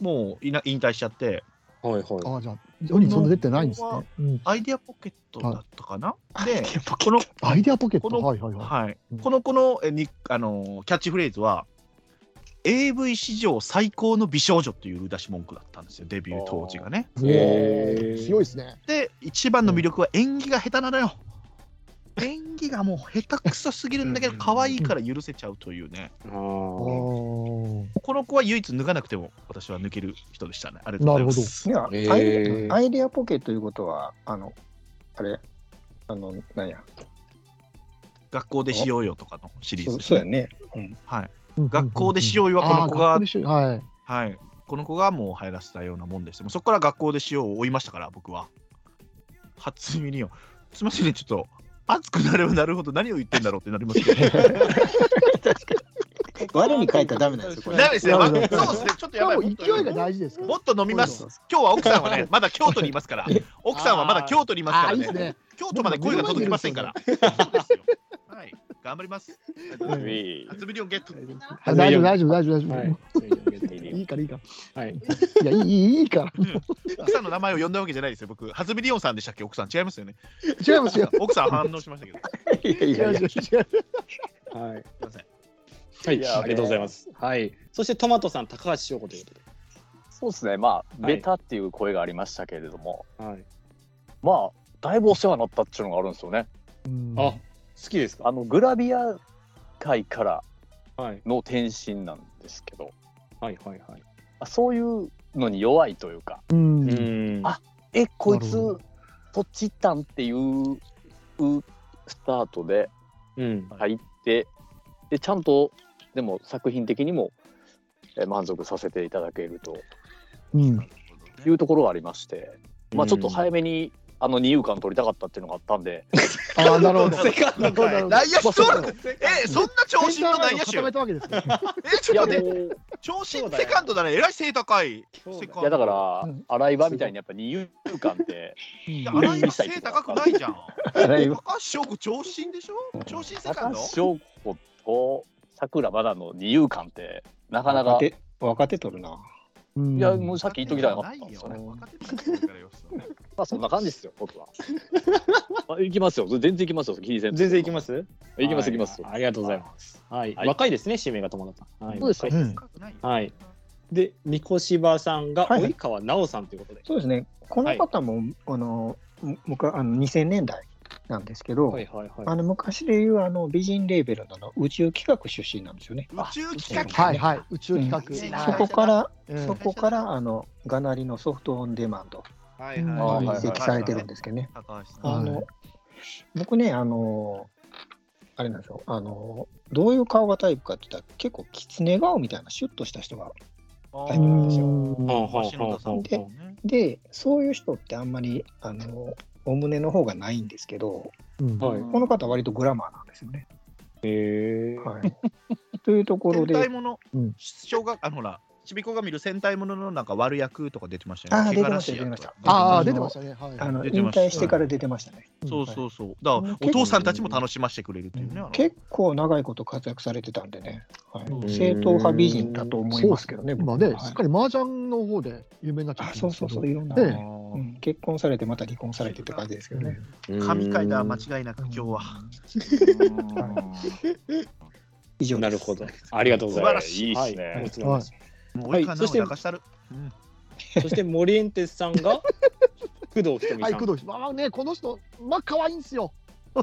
B: もういな引退しちゃって、
C: はいは
F: ああ、じゃあ、世にそんな出てないんですね。うん
B: アイデアポケットだったかな、で、
D: こ
B: この、
F: アイデアポケット。
B: この
F: はいはいはい。
B: はい
F: うん、
B: この子のえに、あのーキャッチフレーズは、AV 史上最高の美少女という出し文句だったんですよ、デビュー当時がね。
C: い。へー
F: 強いですね。
B: で、一番の魅力は演技が下手なのよ。演技がもう下手くそすぎるんだけど、可愛いから許せちゃうというね。
C: あ
F: あ
C: ー
F: ー
B: この子は唯一脱がなくても私は抜ける人でしたね。ありがとうございます。
D: いや、
C: へー
D: アイデアアイデアポケということは、あの、あれ、あの、なんや、
B: 学校でしようよとかのシリー
D: そ
B: ズ
D: う
B: です
D: そうや
B: ね。
D: ね。
B: 学校でしよ
F: う
B: うよはこの子が、
F: あー学校でしようはい。
B: はい、この子がもう入らせたようなもんです。もうそこから学校でしようを追いましたから、僕は。初耳にを。すみませんね、ちょっと熱くなればなるほど何を言ってんだろうってなりますけど。
F: [laughs]
D: 我に書いたらダメなんですよ、これ。
B: [laughs] ダメですね、
F: な
B: そう
F: る
B: で
F: ほど
B: すね、ちょっと
F: し
B: やば
F: か
B: い。
F: も
B: もっと
F: 勢いが大事ですから。
B: もっと飲みます。今日は奥さんはね、まだ京都にいますから。奥さんはまだ京都にいます
F: あ
B: か
F: あー、いいで
B: ら
F: す
B: ね。
F: ね。
B: 京都まで声が届きませんから。そうですよ。はい、頑張ります。
E: いい
B: 初ミリオンゲット。
F: あ大丈夫、大丈夫、大丈夫、大丈夫。
C: はい。
F: いいから、いいか
C: はい。
F: ら。いや、いい、いいいいから。 [laughs]
B: 奥さんの名前を呼んだわけじゃないですよ、僕。はずみりおんさんでしたっけ奥さん違いますよね。
F: 違いますよ。
B: 奥さん反応しましたけど。す
D: いやい
F: 違
D: や
F: う
D: い
F: 違
D: や
F: う違う。
C: はい。
B: いません。
C: はい
E: いや
C: ありがとうございます。はい。そしてトマトさん、高橋翔子ということで。
E: そうですね。まあ、
C: はい
E: ベタっていう声がありましたけれども、
C: はい。
E: まあ、だいぶお世話になったっていうのがあるんですよね。
F: うん
C: あ、好きですか
E: あの、グラビア界から
C: はい。
E: の転身なんですけど、
C: はいはいはい。
E: あそういうのに弱いというか、
F: うん。
C: う
F: うん
C: ん。
E: あえ、こいつ
F: なるほど、
E: とっちったんっていううスタートで
C: うん。
E: 入って、で、ちゃんと、でも作品的にもえ満足させていただけると
F: うん。
E: いうところがありまして、まあ、ちょっと早めにあの二遊間取りたかったっていうのがあったん
F: [laughs]
E: で、
F: ああ、なるほど。
C: セカンドかい。
B: 内野手
F: そう
B: 登
F: だ
B: 録え、そんな長身の内野手
F: 固めたわけですね。
B: え、ち
E: い
B: ょ
E: や
B: っと
E: も
B: 待って、
E: う
B: 長身セカンドだね。えらい背高い。セカンド
E: いやだから
F: うん
E: 洗い場みたいにやっぱ二遊間って
B: いや、
E: うん
B: 新井は背高くないじゃん。
D: 洗い場
B: 高橋翔子長身でしょ長身セカ
E: 高
B: ン
E: 橋
B: ド
E: 翔子と桜まだの二遊間ってなかなか
D: 若手若手取るな。
E: いやもうさっき言っときたかったん
B: ない
E: で
B: よ
E: すよね。
B: 若手の時からよ
E: まあそんな感じですよ僕は。あ行きますよ全然行きますよ気にせんと
C: 全然いきます
E: 行きます行きます。
C: ありがとうございます。はい。
E: はい
C: 若いですね、指名が伴った。はい
E: そうです
C: 若い
F: うん
C: はい。で、三越場さんが
D: はいはい
C: 及川奈緒さんということで。
D: そうですね。この方も、あのむむかあの2000年代なんですけど、
C: はいはいはい。
D: あの昔でいうあの美人レーベルなの宇宙企画出身なんですよね。
B: 宇宙企画
F: はいはい。宇宙
B: う
F: 企
B: ん
F: 画。
D: そ
F: は
D: こから、
F: いうん
D: そこからあのガナリのソフトオンデマンド
B: はい
F: うん
B: はい
D: に
B: は
D: 移
B: い。
D: 籍されてるんですけどね。
B: 高橋さん。
D: あ
F: はい
D: の僕ね、あのあれなんですよあの、どういう顔がタイプかって言ったら、結構きつね顔みたいなシュッとした人が
B: あ
D: タイプなんですよ。
C: はあ
B: ー
C: はあ
B: 篠田さん
D: で
B: もね
D: で、そういう人ってあんまりあのお胸の方がないんですけど、
F: うん
C: はい
D: この方、割とグラマーなんですよね。
C: へえ。
D: はい、 [laughs] というところ
B: 戦隊
D: で、
B: もの
D: うん、
B: 小学、あのほら、ちびこが見る戦隊もののなんか悪役とか出てましたよ
D: あ
B: ね。
D: ー
B: 怪
D: 出
B: 我
D: て
B: ら
D: ま
B: しい
D: した出てま
B: 役
D: した。
B: とか
F: あ
D: あの
F: あ、出てましたね。はい。
D: あの
B: 出
D: 引
B: てました
D: 退してから出てましたね。
B: そうそうそう。だから、お
D: 結構
B: 父さんたちも楽しませてくれるっていうね。あの
D: 結構長いこと活躍されてたんでね、はい
B: うん、
D: 正統派美人だと思いますけどね、
F: 今
D: 僕
F: ね、
D: は
F: すっかり麻雀の方で有名になっちゃっ
D: あ
F: た。
D: そうそうそう、いろんな、
F: ね
B: あ
D: うん結婚されてまた離婚されてって感じですけどね。
B: ー神回だ、間違いなく今日は。
D: [laughs] 以上です
C: なるほど。ありがとうございます。
B: 素晴らしい
E: いいっす
C: はいも
E: ね。
C: ちろんです。
B: もう一回
C: そ
B: な
C: して
B: おかしたる。うん
C: そして、モリエンテスさんが工藤ひとみ
F: は
C: さ
F: い、
C: ん。
F: 工藤ひまあね、この人、まあ可愛いんですよ。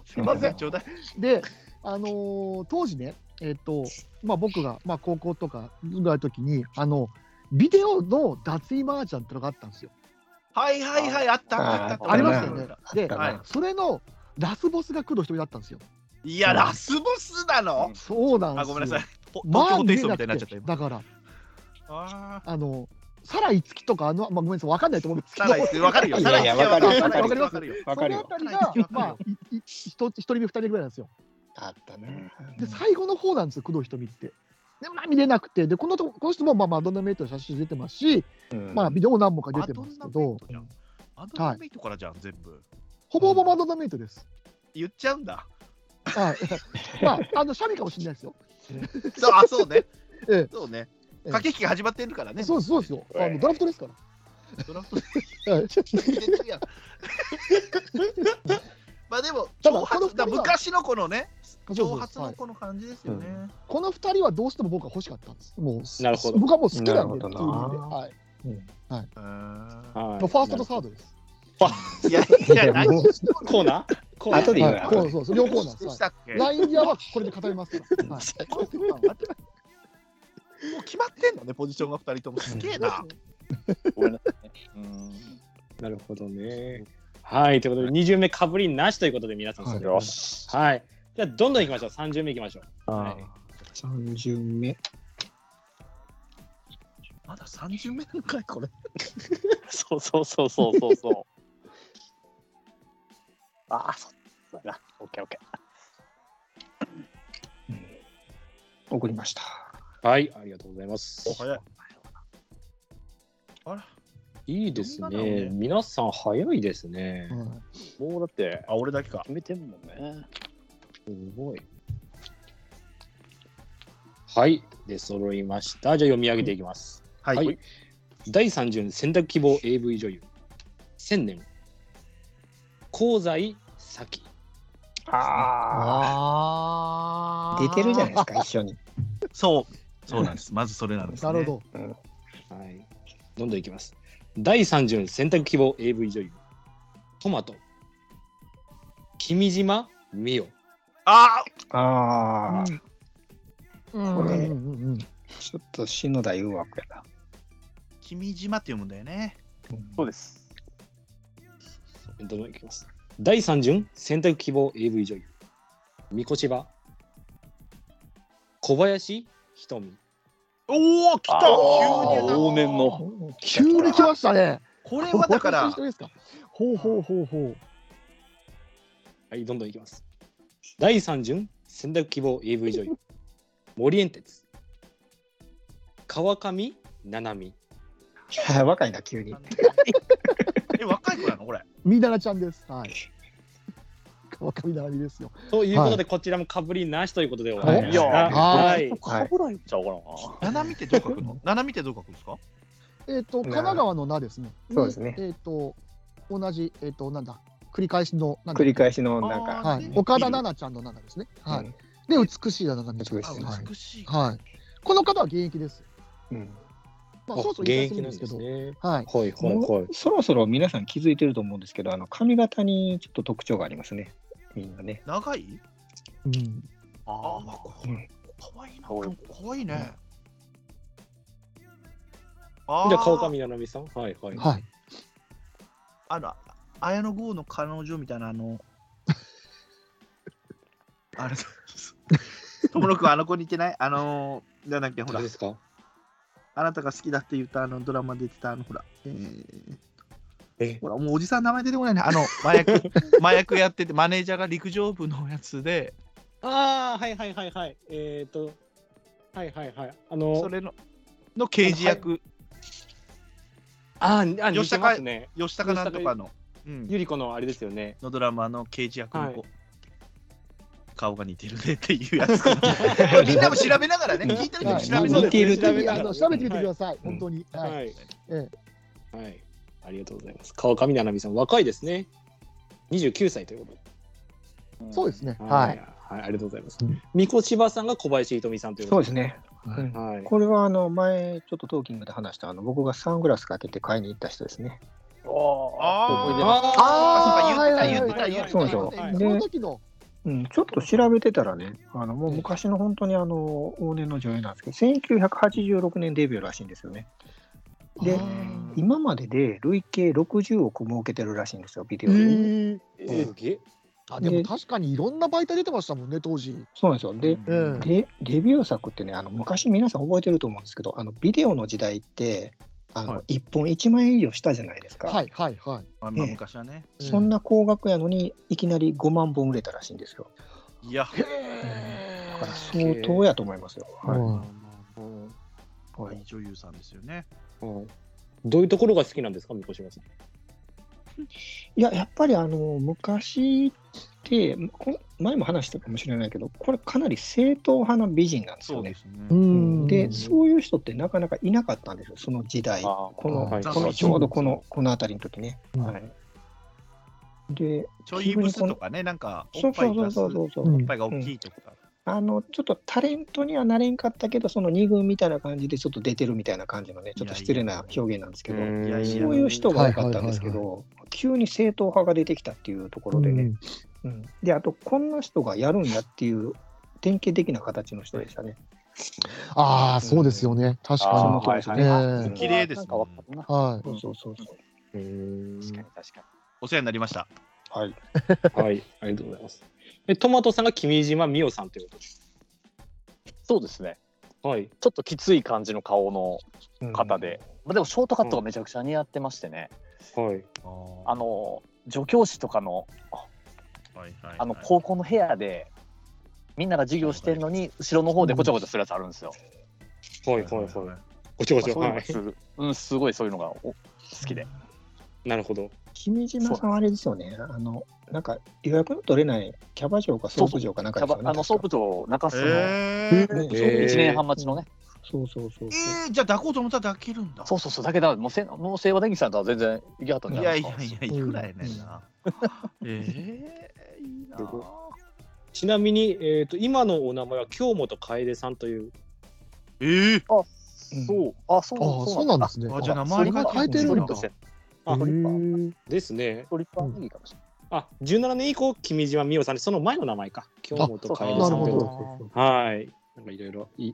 F: すいません。
B: ちょうだい。
F: で、あのー当時ね、えっ、と、まあ、僕が、まあ、高校とかぐらいの時に、あの、ビデオの脱衣麻雀ってのがあったんですよ。
B: はいはいはい、あったあったあった。
F: ありまし
D: す
F: たよね。で、
B: はい
F: それのラスボスが工藤ひとみだったんですよ。
B: いや、ラスボスなの
F: そうなんですよ。
B: あ、ごめんなさい。ポ
F: まあ。
B: 東京ホテイソンみたいになっちゃった今。
F: だから、
B: あ
F: あの、サライツキとか、あの、まあ、ごめんなさい、わかんないと思うんです
B: ーサ
F: けど。
B: ライス、わかるよ。
D: い
B: サラ
D: や
B: イ
D: い
B: ス、
D: や
B: わかるよ。
F: わか
B: サライ
F: る
B: スわかるよ。
D: わ
F: そ
D: かる
F: のあ
D: よ。
F: たりが
B: はい、
F: まあ、いい一人一人目、二人目ぐらいなんですよ。
D: あったね。
F: で、最後の方なんですよ、工藤ひとみって。で、まあ、見れなくて、で、このとこの人も、まあ、マドンナメイトの写真出てますし、
D: うん
F: まあ、ビデオ何本か出
B: ア
F: て
B: ド
F: ま
B: ン
F: すけ
B: ナメ
F: ど
B: イト、じゃん。アドンナメイトからじゃん、全部。
F: ほぼほぼマドンナメイトです。
B: 言っちゃうん
F: [laughs]
B: だ。 [laughs]
F: はい。まあ、あの、シャミかもしれないですよ。
B: そう、あ、そうね
F: ええ。
B: そうね。
F: ええ
B: 駆け引きが始まってるからね。
F: そうです、そうですよ。あのドラフトですか
B: ドラフトで
F: ら。
B: [laughs]
F: はい
B: 入れてるやんまあでも、
F: た
B: 挑
F: だこの
B: 発
F: 二人
B: だ
F: は
B: 昔のこのね、
F: そうそう
B: 挑発のこの感じですよね。
F: この二人はどうしても僕は欲しかったんです。もう、
C: なるほど
F: 僕はもう好きなんで、
D: なるほどな
F: っていう意味ではい。
B: うーん
C: はい
F: のファーストとサードです。
B: いや、いや、何
D: もう
C: コーナーコーナー
D: 後で言う
F: はい、
D: な
F: こうそうそう、両方なんで
B: ですし
F: は
B: たっけ
F: い。ラインギアはこれで語りますから。はい
B: もう決まってんのね、ポジションが2人とも。すげえな。
E: ごめんなさいねうん
C: なるほどね。はい、ということで、2巡目かぶりなしということで、皆さん、それでは
E: よし。
C: はい。じゃあ、どんどんいきましょう。3巡目いきましょう。はい
D: 三巡目。
B: まだ30名の回、これ。
E: そうそうそうそうそうそう。 [laughs] ああ、そうそうだな。オッケーオッケ
D: 送りました。
C: はい、ありがとうございます。
B: 早い。あら、
C: いいです
B: どんなの
C: ね。
B: ね
C: 皆さん、早いですね。
F: うん
E: ー。もうだって
B: あ、俺だけか。
E: 決めてんもんね。
C: すごい。はい、で、揃いました。じゃあ、読み上げていきます。
B: はい。
C: はい第3巡選択希望 AV 女優。千年。香西咲。
D: あ
F: あ
D: あ。
F: ー
D: 出てるじゃないですか、一緒に。
B: そう。そうなんです。まずそれなんです、ね。
F: なるほ
C: はい。どんどんいきます。第3巡選択希望 AV 女優。トマト。君島美代。
B: あ
D: ああ。
F: ど。うん
D: これ
F: うんうんうん
D: ちょっと篠田誘惑や
B: ー、
D: な。
B: 君島って読むんだよね。
E: そうです。
C: どんどんいきます。第3巡選択希望 AV 女優。みこしば。小林ひとみ。
B: おお、来た
E: あー
B: 急に
E: 往年の。
F: 急に来ましたね。
B: これはだから [laughs]
F: 本当に一緒ですかほうほうほうほ
C: はい、どんどんいきます。第3巡、選択希望 AV 女優、森園哲、川上七海、
D: 若いな、 [laughs] 急に。
B: え、若い子やのこれ。
F: う。みだらちゃんです。はい。川上並みですよ。
C: ということで、こちらもかぶりなしということで終わりました。
F: は
C: はい
F: い。かぶらん
E: ちゃうかな。
B: 七見ってどう書くの七見ってどう書くんですか
F: えっ、と、神奈川の名ですね。
D: そうですね
F: えっ、と、同じ、えっ、と、なんだ、繰り返しの、なんだ
D: 繰り返しの、なんか。
F: は
B: あ
F: い
B: ー、
F: 岡田奈々ちゃんの奈々ですね。はい。
D: うん
F: で、美しい奈々ちゃん。
D: 美しい
F: はい
B: 美しい。
F: はい。この方は現役です。
D: うん
F: まあ、
C: お
F: そうそう
C: 現
F: 引退す
C: 役
F: るん
C: な
F: で
C: ん
F: すけ
C: です
F: ど。
C: ね。
F: はい。
C: はいはいはい。
D: そろそろ皆さん気づいてると思うんですけど、あの髪型にちょっと特徴がありますね。みんなね。
B: 長い
F: うん。
B: あ
E: あ
B: あ、まあ、こ
D: うん
B: かわいいな。か
E: こういう
B: わいいね。あ
C: じゃあ、川
B: あ
C: 上、七海さん。はいはい。
F: はい。
B: あの、綾野剛の彼女みたいな、あの、 [laughs] あ [laughs] れ、友野くん、あの子に似てないあの、なんだっけ、ほ
C: ど
B: ら
C: うで、すか
B: あなたが好きだって言ったあのドラマ出てた、あの、ほら、えー
C: え
B: ほら、もうおじさん名前出てこないね。あの、麻薬、麻薬やってて、マネージャーが陸上部のやつで、
C: ああ、はいはいはいはい。えっ、ー、と、はいはいはい。あ
B: そ
C: の、
B: れの、の刑事役、
C: あーあ、似
B: 吉
C: て
B: 高
C: ますね。
B: 吉高なんとかの、うん
C: ゆり子のあれですよね。
B: のドラマの刑事役の子、
C: は
B: 顔が似てるねっていうやつ。 [laughs] みんなも調べながらね、聞いてる人も調べ
D: そう
B: なが
D: ですね似
F: ぜ
D: てる
F: ひあの調べてみてくだ
C: さ
F: さい。本当に。
C: は
F: はい。
C: い。
F: え
C: はい。はいありがとうございます。川上七海さん、若いですね。29歳ということで。
F: そうですね。はい。
C: はい。はいありがとうございます
F: うん。
C: 三越柴さんが小林いとみさんというこ
D: そう
C: と
D: ですね。うん
C: で。はい。
D: これはあの前ちょっとトーキングで話したあの僕がサングラスかけて買いに行った人ですね。
B: あー
C: あ
B: あー
F: はい
B: 言ってた
F: はい
B: 言ってた言ってた
D: そうそう
F: はい
C: で
F: その時の。
D: うん、ちょっと調べてたらね、あのもう昔の本当にあの往年の女優なんですけど、1986年デビューらしいんですよね。で
F: あー
D: 今までで累計60億儲けてるらしいんですよ、ビデオで。
C: えーすげえ。
F: あ、でも
D: で
F: 確かにいろんな媒体出てましたもんね、当時。
D: そうなんですよ。で、
F: うん
D: でデビュー作ってねあの昔皆さん覚えてると思うんですけどあのビデオの時代ってあの、
B: は
D: 1本1万円以上したじゃないですか、
F: はいはいはい。
B: まあまあ昔はね。
F: うん
D: そんな高額やのにいきなり5万本売れたらしいんですよ
B: いや、
D: だから相当やと思いますよ、はい
F: うん
D: はい
B: いい女優さんですよね。
C: うんどういうところが好きなんですか、三越柴さん。
D: いややっぱりあの昔ってこの前も話したかもしれないけどこれかなり正統派な美人なんですよね
B: す
F: う
B: ね。
F: ん。
D: でそういう人ってなかなかいなかったんですよその時代
E: あー
D: この,、
C: はい
D: このちょうどこのこの辺りの時ね、はい、で
B: ちょいブスとかね、なんか、お
D: そ
B: っ
D: う
B: ぱ
D: そ
B: いうが
D: そうそう
B: お
D: そう、
F: うん
B: っぱいが大きいとか。
D: あのちょっとタレントにはなれんかったけどその2軍みたいな感じでちょっと出てるみたいな感じのねちょっと失礼な表現なんですけど
B: いやいや
D: そういう人が多かったんですけど急に正統派が出てきたっていうところでね、うんであとこんな人がやるんやっていう典型的な形の人でしたね
F: ああ、そうですよね。確
D: そ
E: あ
D: の
F: か
E: ー
D: 通りです
E: は
D: ね
E: いは
F: え
E: い
F: ー
B: 綺麗です
E: なん
B: ね
E: かわかるな。
F: に。はい。
D: そうそうそうそう
C: うん
E: 確かに確か
B: お世話になりました。
D: はい
C: はい、ありがとうございます。え、トマトさんが君島美桜さんということです。
E: に。そうですね。
C: はい。
E: ちょっときつい感じの顔の
D: うん
E: 方で、まあでもショートカットがめちゃくちゃ似合ってましてね。
C: はい。
E: あの助教師とかの
B: はいはいはい
E: あの高校の部屋でみんなが授業してるのに後ろの方でごちゃごちゃするやつあるんですよ。
C: はいはいはい。ごちゃごちゃ。
E: そういうの
C: は
E: が
C: い。
E: するうんすごいそういうのがお好きで。
C: なるほど。
D: 君島さんあれですよねあのなんか予約の取れないキャバ嬢かソープ嬢かなん
E: キ
D: か
E: ャ
D: です
E: バ
D: よね
E: あのソープ長中洲の
B: えー
D: ね
C: えー
E: 1年半待ちのね。
D: そうそうそうそう
B: えー、じゃあ抱こうと思ったら抱けるんだ。
E: そうそうそうだけどもうせもう清和電機さんとは全然行きはったん
B: い
E: じゃな
B: や
E: い
B: い
E: です
B: や
E: か。
B: いや、いくらやねんな。ええ、いいな
C: す。ごいちなみに、えっ、と、今のお名前は京本楓さんという。
B: ええ、
D: や
E: そうあそう
F: ああ、そうなんですね。
B: あじゃあ名
E: そ
B: 前
E: れ
B: が
E: が
F: 変えて
E: スト
F: るんだ
E: リップして
F: へ
C: あ、
F: ー
C: ですね。
E: ストリッパーいいかもしれない。
C: あ、17年以降、君島美桜さんで、その前の名前か。京本楓さんという
F: なるほ
C: こと
F: ど
C: で。はい。なんかいろいろい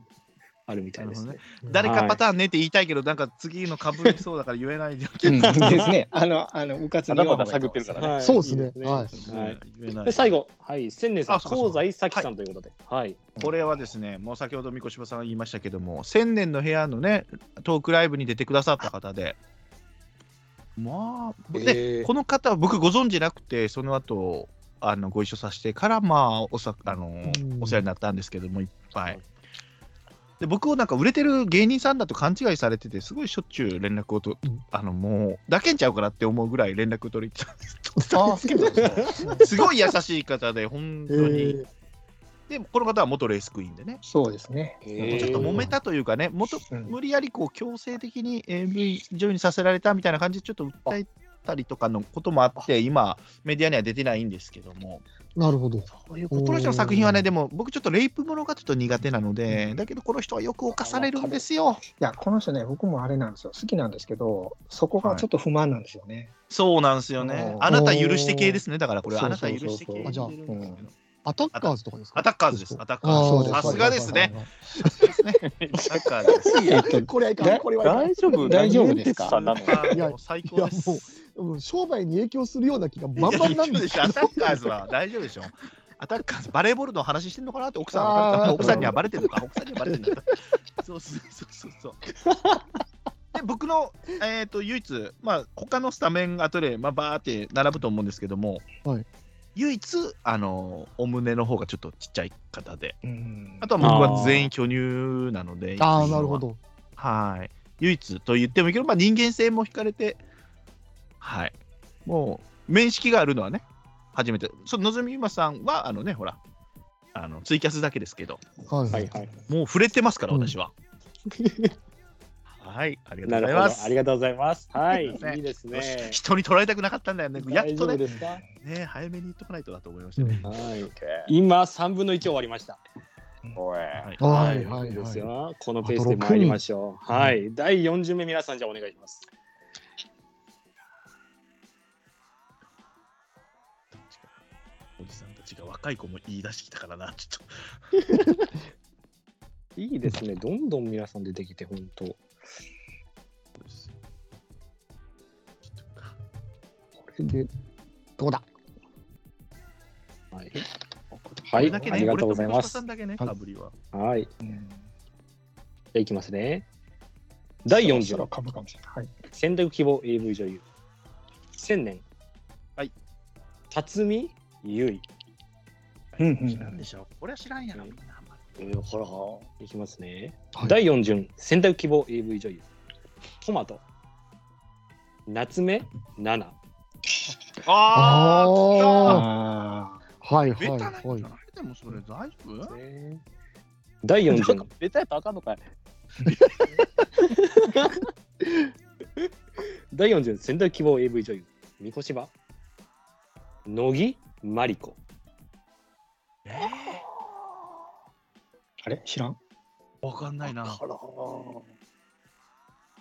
C: あるみたいです
B: な
C: ね。
B: る誰かパターンねって言いたいけど、なんか次のかぶりそうだから言えないじゃん。
D: うんですね。あの、あの、うかつ
E: あ
D: に
E: だまだ探ってるからね。
C: はい
F: そうですね。
C: い
F: はい
C: で。すねはい。
B: 言えない
C: で最後、はい、千年さん、
B: あそうかそう
C: 香
B: か
C: 西咲さんということで、はい、
B: これはですね、もう先ほど三越柴さんが言いましたけども、千年の部屋のね、トークライブに出てくださった方で、まあ、
C: え
B: で、
C: ー
B: この方は僕ご存知なくて、その後あのご一緒させてから、まあおさあの
F: うん
B: お世話になったんですけども、いっぱい。で僕をなんか売れてる芸人さんだと勘違いされてて、すごいしょっちゅう連絡をと、
F: うん
B: あのもう、だけんちゃうかなって思うぐらい連絡取り取ってたん
F: あ
B: ですけ
F: そう
B: ど
F: なん、ですか
B: [laughs] すごい優しい方で、本
F: え
B: 当に。
F: ー
B: で、この方は元レースクイーンでね、
D: そうですね。
B: ちょっと揉めたというかね、元
D: うん
B: 無理やりこう強制的に AV 女優にさせられたみたいな感じでちょっと訴えたりとかのこともあって今メディアには出てないんですけども
F: なるほど。
B: この人の作品はねでも僕ちょっとレイプものがちょっと苦手なのでだけどこの人はよく犯されるんですよ
D: いや、この人ね、僕もあれなんですよ。好きなんですけど、そこがちょっと不満なんですよね。
B: そうなんですよね
D: おー
B: あなた許して系ですねだからこれ
D: そ
B: あ
D: う
B: な
D: そ
B: た
D: う
B: 許
D: そう
B: し
D: そ
B: て
D: う
B: 系
F: あじゃあ
B: 入れるんですけど
F: アタッカーズとかですか
B: アタッカーズですアタッカ
F: あー
B: ー
D: そ
B: ズ
D: うです
B: さすがですね。さすがですねアタッカーズ [laughs] です
F: いや、これはいかん、これはいかん
E: 大丈夫
D: 大丈夫で
E: 何言
D: す
E: ってんの
B: あーもう最
F: い
B: 高
F: や
B: です
F: もううん商売に影響するような気が
B: い
F: バ
B: や
F: ンバ
B: [laughs]
F: ンなんで
B: 大丈夫ですしょアタッカーズは大丈夫でしょアタッカーズバレーボールの話してんのかなって奥さん
F: あー
B: は奥さんにはバレてるのか奥さんにはバレてるんだそうそうそうそうそうで僕の、えー、と唯一、まあ他のスタメン後で、まあ、バーって並ぶと思うんですけども、
F: はい
B: 唯一あのお胸の方がちょっとちっちゃい方で [laughs]
D: うん
B: あとは僕は全員巨乳なので
F: あ
B: い
F: あ、
B: つも
F: な
B: は
F: るほど。
B: はい。唯一と言ってもいいけど、まあ、人間性も惹かれて、はい。もう、面識があるのはね、初めて。そののぞみゆまさんは、あのね、ほら、あのツイキャスだけですけど、
F: はい。
C: はいはい。
B: もう触れてますから、
F: うん
B: 私は。はい、ありがと
C: な
B: うござい
C: るほど。
B: ま
C: あ
B: す
C: り。がとうございます。はい。
B: すいません
C: いいです
B: よし
C: ね。
B: 人に取られたくなかったんだよね。やっ
C: 大丈
B: と
C: 夫
B: ね、
C: ですか。
B: ね早めに言っとかないとなと思いまし
F: う
B: た
F: ん
B: ね。
C: はい。今三分の一終わりました。
E: おい
B: はい
F: はいはい
C: で
F: は
C: す
F: い。
C: よ。このペースで参りましょう。
F: あと
C: は
F: 六
C: い。第四巡目皆さんじゃあお願いします。
B: おじさんたちが若い子も言い出してきたからな、ちょっと。
C: いいですね。どんどん皆さん出てきて本当。
F: これで、どうだ
C: はい。
B: こ
C: は
B: れ
C: い。
B: だけ
C: あ
B: ね、
C: りがとうございま
B: 俺と息子さ
C: す
B: ん。だけね、
F: はい
B: かぶりは。
C: はい。じ
D: うん
C: ゃあいきますね。第四
D: そ
C: 巡
D: ろそろ株かもしれない。はい。
C: 選択希望 AV 女優千年
B: はい
C: 辰巳優衣
D: うんうん
B: 知らんでしょ。俺は知らんやろ、みんな。
C: えー、ほらいきますね、
F: はい
C: 第4巡選択希望 AV 女優トマト夏目奈々
B: あー
F: あ
D: あ
F: ー、はいは
B: ベ
F: い
B: タなんじゃな
F: は
B: い
F: い。
B: でもそれ大丈夫
C: 第4
E: なん
C: 巡
E: かベタやったらあかんのかい
C: 第4巡選択希望 AV 女優三越芝乃木真理子
D: あ。あれ知らん
B: わかんないな。
C: は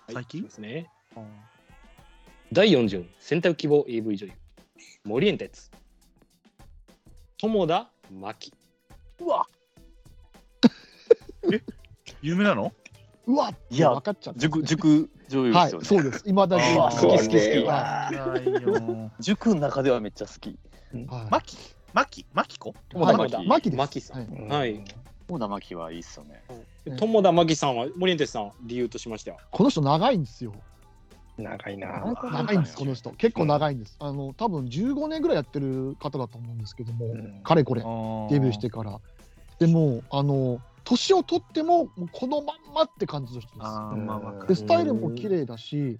C: い
B: 最近
C: いきますね第4巡選択希望 AV 女優森園哲友田真希
B: 有名なの
F: うわ
E: いや
F: 分かっちゃった。
E: 塾塾女優
F: は
E: で
F: い
E: すよ、ね
F: そうです。いまだに
E: あー
F: 好き好き好
E: これ
F: き。は
B: ないよ。
E: 塾の中ではめっちゃ好き
F: い。は
B: [laughs] マキマキマキコ
F: い。
E: 友田
F: はい
E: 真希
F: 真希です
C: 真希さん
F: はい
C: はい。
E: もう生木はいいっすよね
F: うん
C: 友田真希さんは森ンさんを理由としましては
F: この人長いんですよ。
D: 長いな。
E: なんか
F: 長いんです、この人。結構長いんです。あの、多分15年ぐらいやってる方だと思うんですけども、
D: うん
F: かれこれ、デビューして
B: く
F: から。でも、あの、年を取っても、もうこのまんまって感じの人です。
B: あー
D: うん
B: まあわか
F: で
B: る。
F: スタイルも綺麗だし、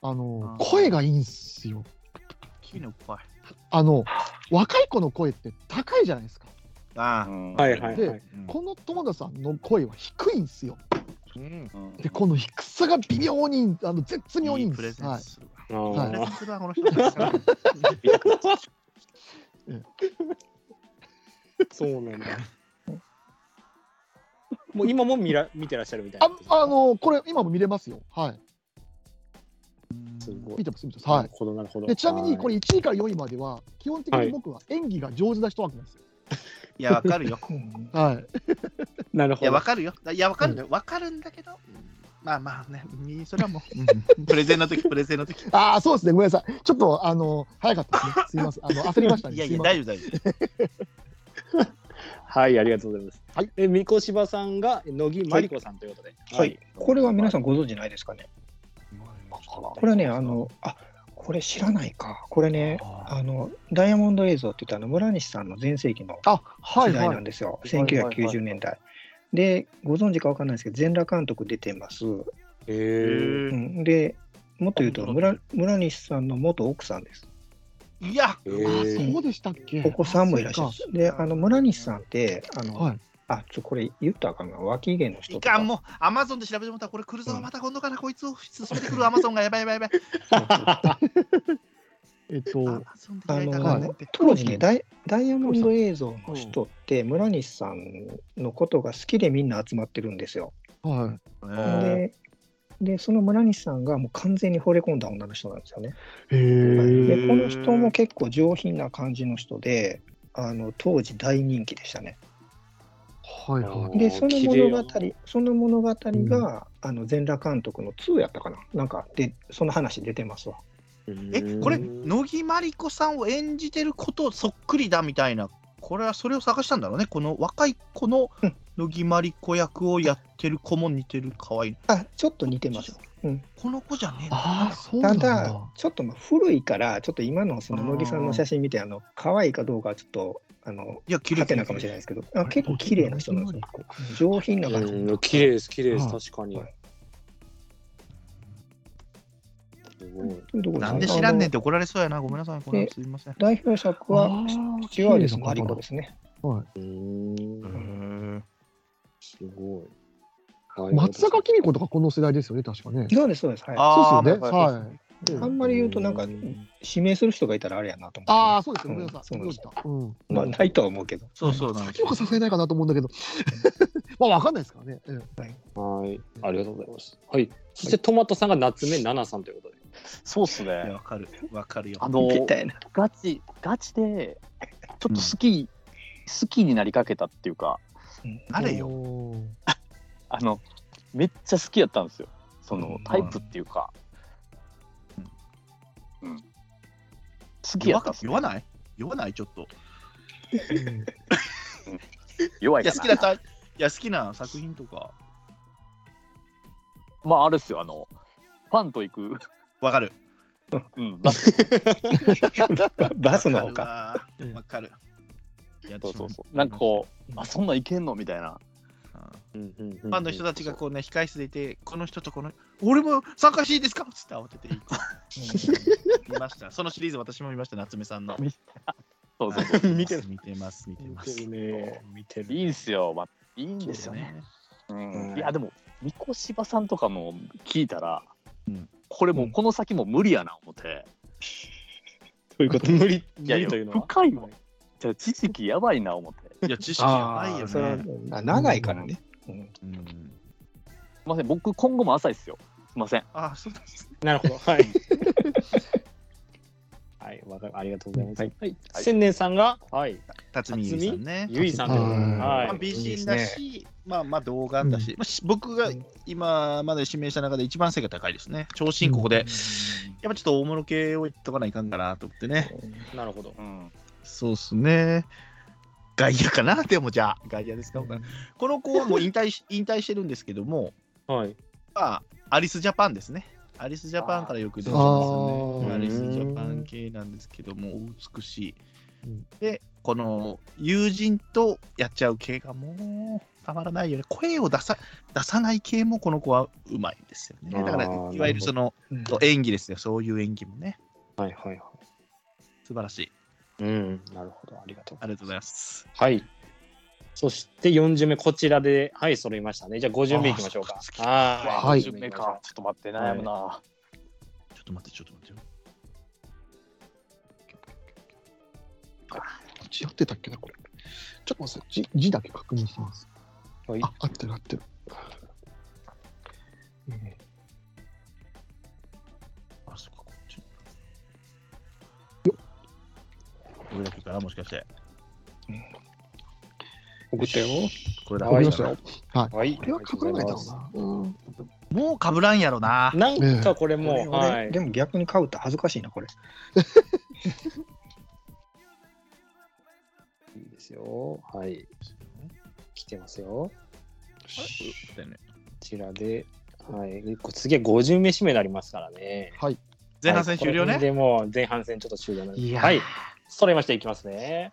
F: あの
B: あー
F: 声がいいんすよ。
B: 綺麗なおっぱい。
F: あの若い子の声って高いじゃないですか。
B: あ
E: ん、
C: はいはいい
F: で
C: はい
B: うん
F: この友田さんの声は低いんすよ。
E: うんうん
F: でこの低さが微妙にあの絶妙
B: あ。
F: に
B: い
F: いい
B: い
F: ん
B: プレ
F: です。
B: ゼン
F: は
B: スするわ。
C: あー
F: はい
B: プレゼンするわ、この人。 [laughs]
C: そうなんだもう今も見ら見てらっしゃるみたい
F: い、あ
C: な
F: あのこれ今も見れますよ。はい。
C: すごい
F: 見てます見てます。は
C: なる
F: い。
C: ほどなるほど
F: でちなみに
C: はい
F: これ1位から4位までは基本的に僕は演技が上手な人枠なんですよ。
B: いや、わかるよ。
D: うん
F: はい。
C: なる
B: い
C: ほ
B: や、
C: ど
B: わかるよ。いや、わかるよ。わかるんだけど。まあまあね、みそれはもううん。 [laughs] プレゼンの時、プレゼンの時。
F: ああそうですねごめんなさい。ちょっとあの早かったですね。すいません
D: [laughs]
F: あの焦りましたね。
B: いやい
F: す
B: や、
F: ません
B: 大丈夫、大丈夫。
C: はいありがとうございます
F: はい
C: で三越芝さんが乃木真理子さんということで
D: はい。これは皆さ
C: ん
D: んご存知ないですかねこれはね、あの、あこれ知らないか。これね、
B: あ
D: あの、ダイヤモンド映像って言ったあの、村西さんの全盛期の
F: あ、はい
D: 時代
F: は
D: ないん。ですよ、
F: いはいはい
D: 1990年代。で、ご存知かわかんないですけど、全裸監督出てます。
B: へ
E: え。
D: う
B: ー
D: ん、で、もっと言うと
B: あ本当だ
D: 村、村西さんの元奥さんです。
B: いや、
E: え
F: あ、
E: ー
F: そうでしたっけ。
D: お子さんもいらっしゃる
F: あ
D: ん
F: そ
D: で
F: う
D: す。で、あの村西さんって、あ
F: か
D: の、
F: はい。
D: あちょこれ言ったらあかんが、脇毛の人
B: い
D: と
B: か
D: か
B: ん、もう、アマゾンで調べてもらったら、これ来るぞ、
D: うん
B: また今度からこいつを進めてくる、アマゾンがやばいやばいやばい。
F: [laughs] えっ
B: ア
F: と、
B: マゾンで
D: あ
B: 開いた
D: の、
B: からねって。
D: 当時ねダイ、ダイヤモンド映像の人って、村西さんのことが好きでみんな集まってるんですよ。
F: は
B: う
F: い。
B: ん
D: で、でその村西さんがもう完全に惚れ込んだ女の人なんですよね。
F: へえ。
D: でこの人も結構上品な感じの人であの当時大人気でしたね。
F: はいはい。
D: でその
E: 綺麗
D: 物
E: や
D: 語
E: な
D: その物語が、あの全裸監督の2やったかななんかでその話出てますわ。
B: え、これ、乃木まりこさんを演じてることそっくりだみたいな、これはそれを探したんだろうね。この若い子の
D: うん
B: 乃木まりこ役をやってる子も似てる、可愛い
D: あちょっと似てます。
B: この子じゃねえの
F: ああ、そうな
D: た
F: んだ。
D: だちょっとまあ古いからちょっと今のその乃木さんの写真見てあの可愛いかどうかはちょっとあの
B: いや、綺麗
D: はてなかもしれないですけどあ結構綺麗な人なんですよ。上品な感じ。
E: うん綺麗です綺麗
F: は
E: で
F: い
E: す確かに
D: はい。
E: すごい。
D: というところで
B: なんで知らんねんって怒られそうやな。ごめんなさい、これはすいません。
D: 代表作
F: あ
D: は
F: ー
D: スチュワーデスマリコですね。
E: う
B: うー
E: ん
B: ん
E: すごいはい。
F: 松坂慶子とかこの世代ですよね、確かね。
D: そうですそうです。はい。
F: そうですよね。
E: まあ
F: はい。
D: あんまり言うとなんか指名する人がいたらあれやなと思って。
F: ああ、そうですよ。ごめんなさい。
D: うんそうなんです
F: どうしたうん。
D: まあないとは思うけど。
B: そうそうなんです
F: 先をさせないかなと思うんだけど。 [laughs] まあ、わかんないですからね。うん
E: はい。ありがとうございます。はい。
C: そしてトマトさんが夏目奈々さんということで。
E: そうっす
B: いや
E: ね。
B: わかる、わかるよ。
E: あの
D: みた
B: [laughs]
D: いな。
E: ガチガチでちょっと好き好きになりかけたっていうか
D: うん
B: あれよ。
F: おー
E: あのめっちゃ好きやったんですよ。その
B: うん
E: タイプっていうか。うん。好きや
B: 弱
E: った
B: か
E: っす
B: 弱ない弱ないちょっと。
F: うん
E: 弱い
B: いや、
E: か
B: 好
E: な。
B: きなさいや、好きな作品とか。
E: まああれっすよあのファンと行く。
B: わかる。
E: うん。だって
D: バスの方か。
B: わかるわ。わかる。いや
E: そうそうそう。なんかこうあそんなんいけんのみたいな。
B: フ
E: フ
B: ァンの人たちがこうね、控室でいて、この人とこの、俺も参加していいですかっつって慌てていい。見ました。そのシリーズ私も見ました、夏目さんの。
E: そうそう
B: [laughs]
E: そう。
B: 見てます、見てます、見てます。
C: ね。見て
E: いいんすよ。まあいいんですよね。
D: うん
E: いやでも三越芝さんとかも聞いたら、
B: うん
E: これもうこの先も無理やな思って、
C: ということ無理
E: い
C: 無
E: や
C: 理というのは。
E: 深いわじゃあ知識やばいな思ってす
B: いや、知識や
D: あ
B: ばい
D: あ
B: よ
D: それは
B: ね。
D: あ長いからね。うん
B: うん
E: いません僕今後も浅いっすよすいません
B: あ、そうなんですね。
C: なるほど。はい。 [laughs] はい、わかる。ありがとうございます。はい。千年さんが、はい。
B: 辰巳ゆいさんね。
C: ゆいさんということで。
F: うん
B: まあ、
C: はい。
B: 美人だし、まあまあ童顔だし、まあし僕が今まで指名した中で一番背が高いですね。長身ここで、やっぱちょっと大物系をいっとかないかんかなと思ってね。
C: なるほど。
E: うん
B: そうっすね。外野かなでもじゃあ、外野ですか、この子はもう引退し [laughs] 引退してるんですけども、
C: はい。
B: まあ、アリスジャパンですね。アリスジャパンからよく出て
F: あ
B: ますよね。
F: ー
B: アリスジャパン系なんですけども、お美しい
F: うん。
B: で、この友人とやっちゃう系がもうたまらないよね。声を出さ出さない系もこの子はうまいんですよね。だから、
C: あー
B: いわゆるその
D: うん
B: 演技ですよ。そういう演技もね。
C: はいはいはい。
B: 素晴らしい。
C: うん。なるほど。ありがとう
B: ありがとうござい
C: ま
B: ます。
C: す。はい。そして4巡目、こちらで、はい、揃いましたね。じゃあ5巡目いきましょうか
B: あ。ー
C: あ
E: は
F: はいい
E: 10名かちょっと待って悩むな、
B: ちょっと待って、ちょっと待ってよ。
F: こっちやってたっけな、これ。ちょっと待ってください、字字だけ確認します。
C: はい
F: あ、合ってる合ってる。え
B: あ、そっか、こっち。よっ。これだけかな、もしかして。
C: 送ったよ。
B: これ
F: ー
B: だ
C: かわ
F: わ
C: い
F: り
C: い
F: ま
C: な
F: したよ。
C: はい。
F: これは書かないだろうな。うん
B: もうかぶらんやろな。
C: なんかこれも
D: 俺
C: う、
D: 俺
C: はい
D: で。も逆に買うと恥ずかしいなこれ。
C: いいですよ。はい。来てますよ。こちらで、はい。こ次は50名指名になりますからね。
F: はい。
B: 前半戦終了ね。
C: でもう前半戦ちょっと終了なんで
B: いやー
C: はい。それましていきますね。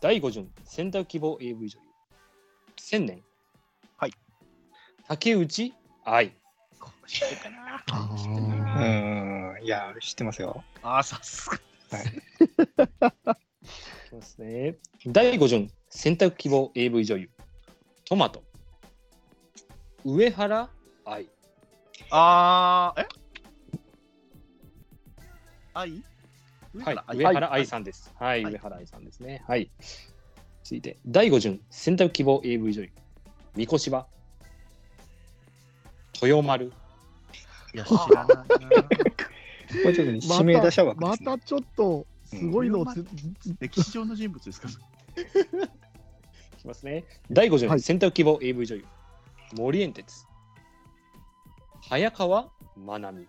C: 第5順、選択希望 AV 女優。千年。
B: はい。
C: 竹内愛。
F: あ
D: う
F: ー
D: ん、いや、知ってますよ。
B: ああ、さすが。
C: そうですね。第5順、選択希望 AV 女優。トマト。上原愛。
B: ああ、え愛
C: はい、
B: 愛
C: 上原愛さんです。はい、
B: はい
C: 上原愛さんですね。はい。続いて、第5順、選択希望 AV 女優、三越は、豊丸、
B: いや、知らないな。
D: これちょっとね指名打者枠で、
F: ます
D: ね
F: たちょっとすごいのをつ、
B: 歴史上の人物ですか
C: いきますね。第5順、
F: はい
C: 選択希望 AV 女優、森園哲、早川まなみ。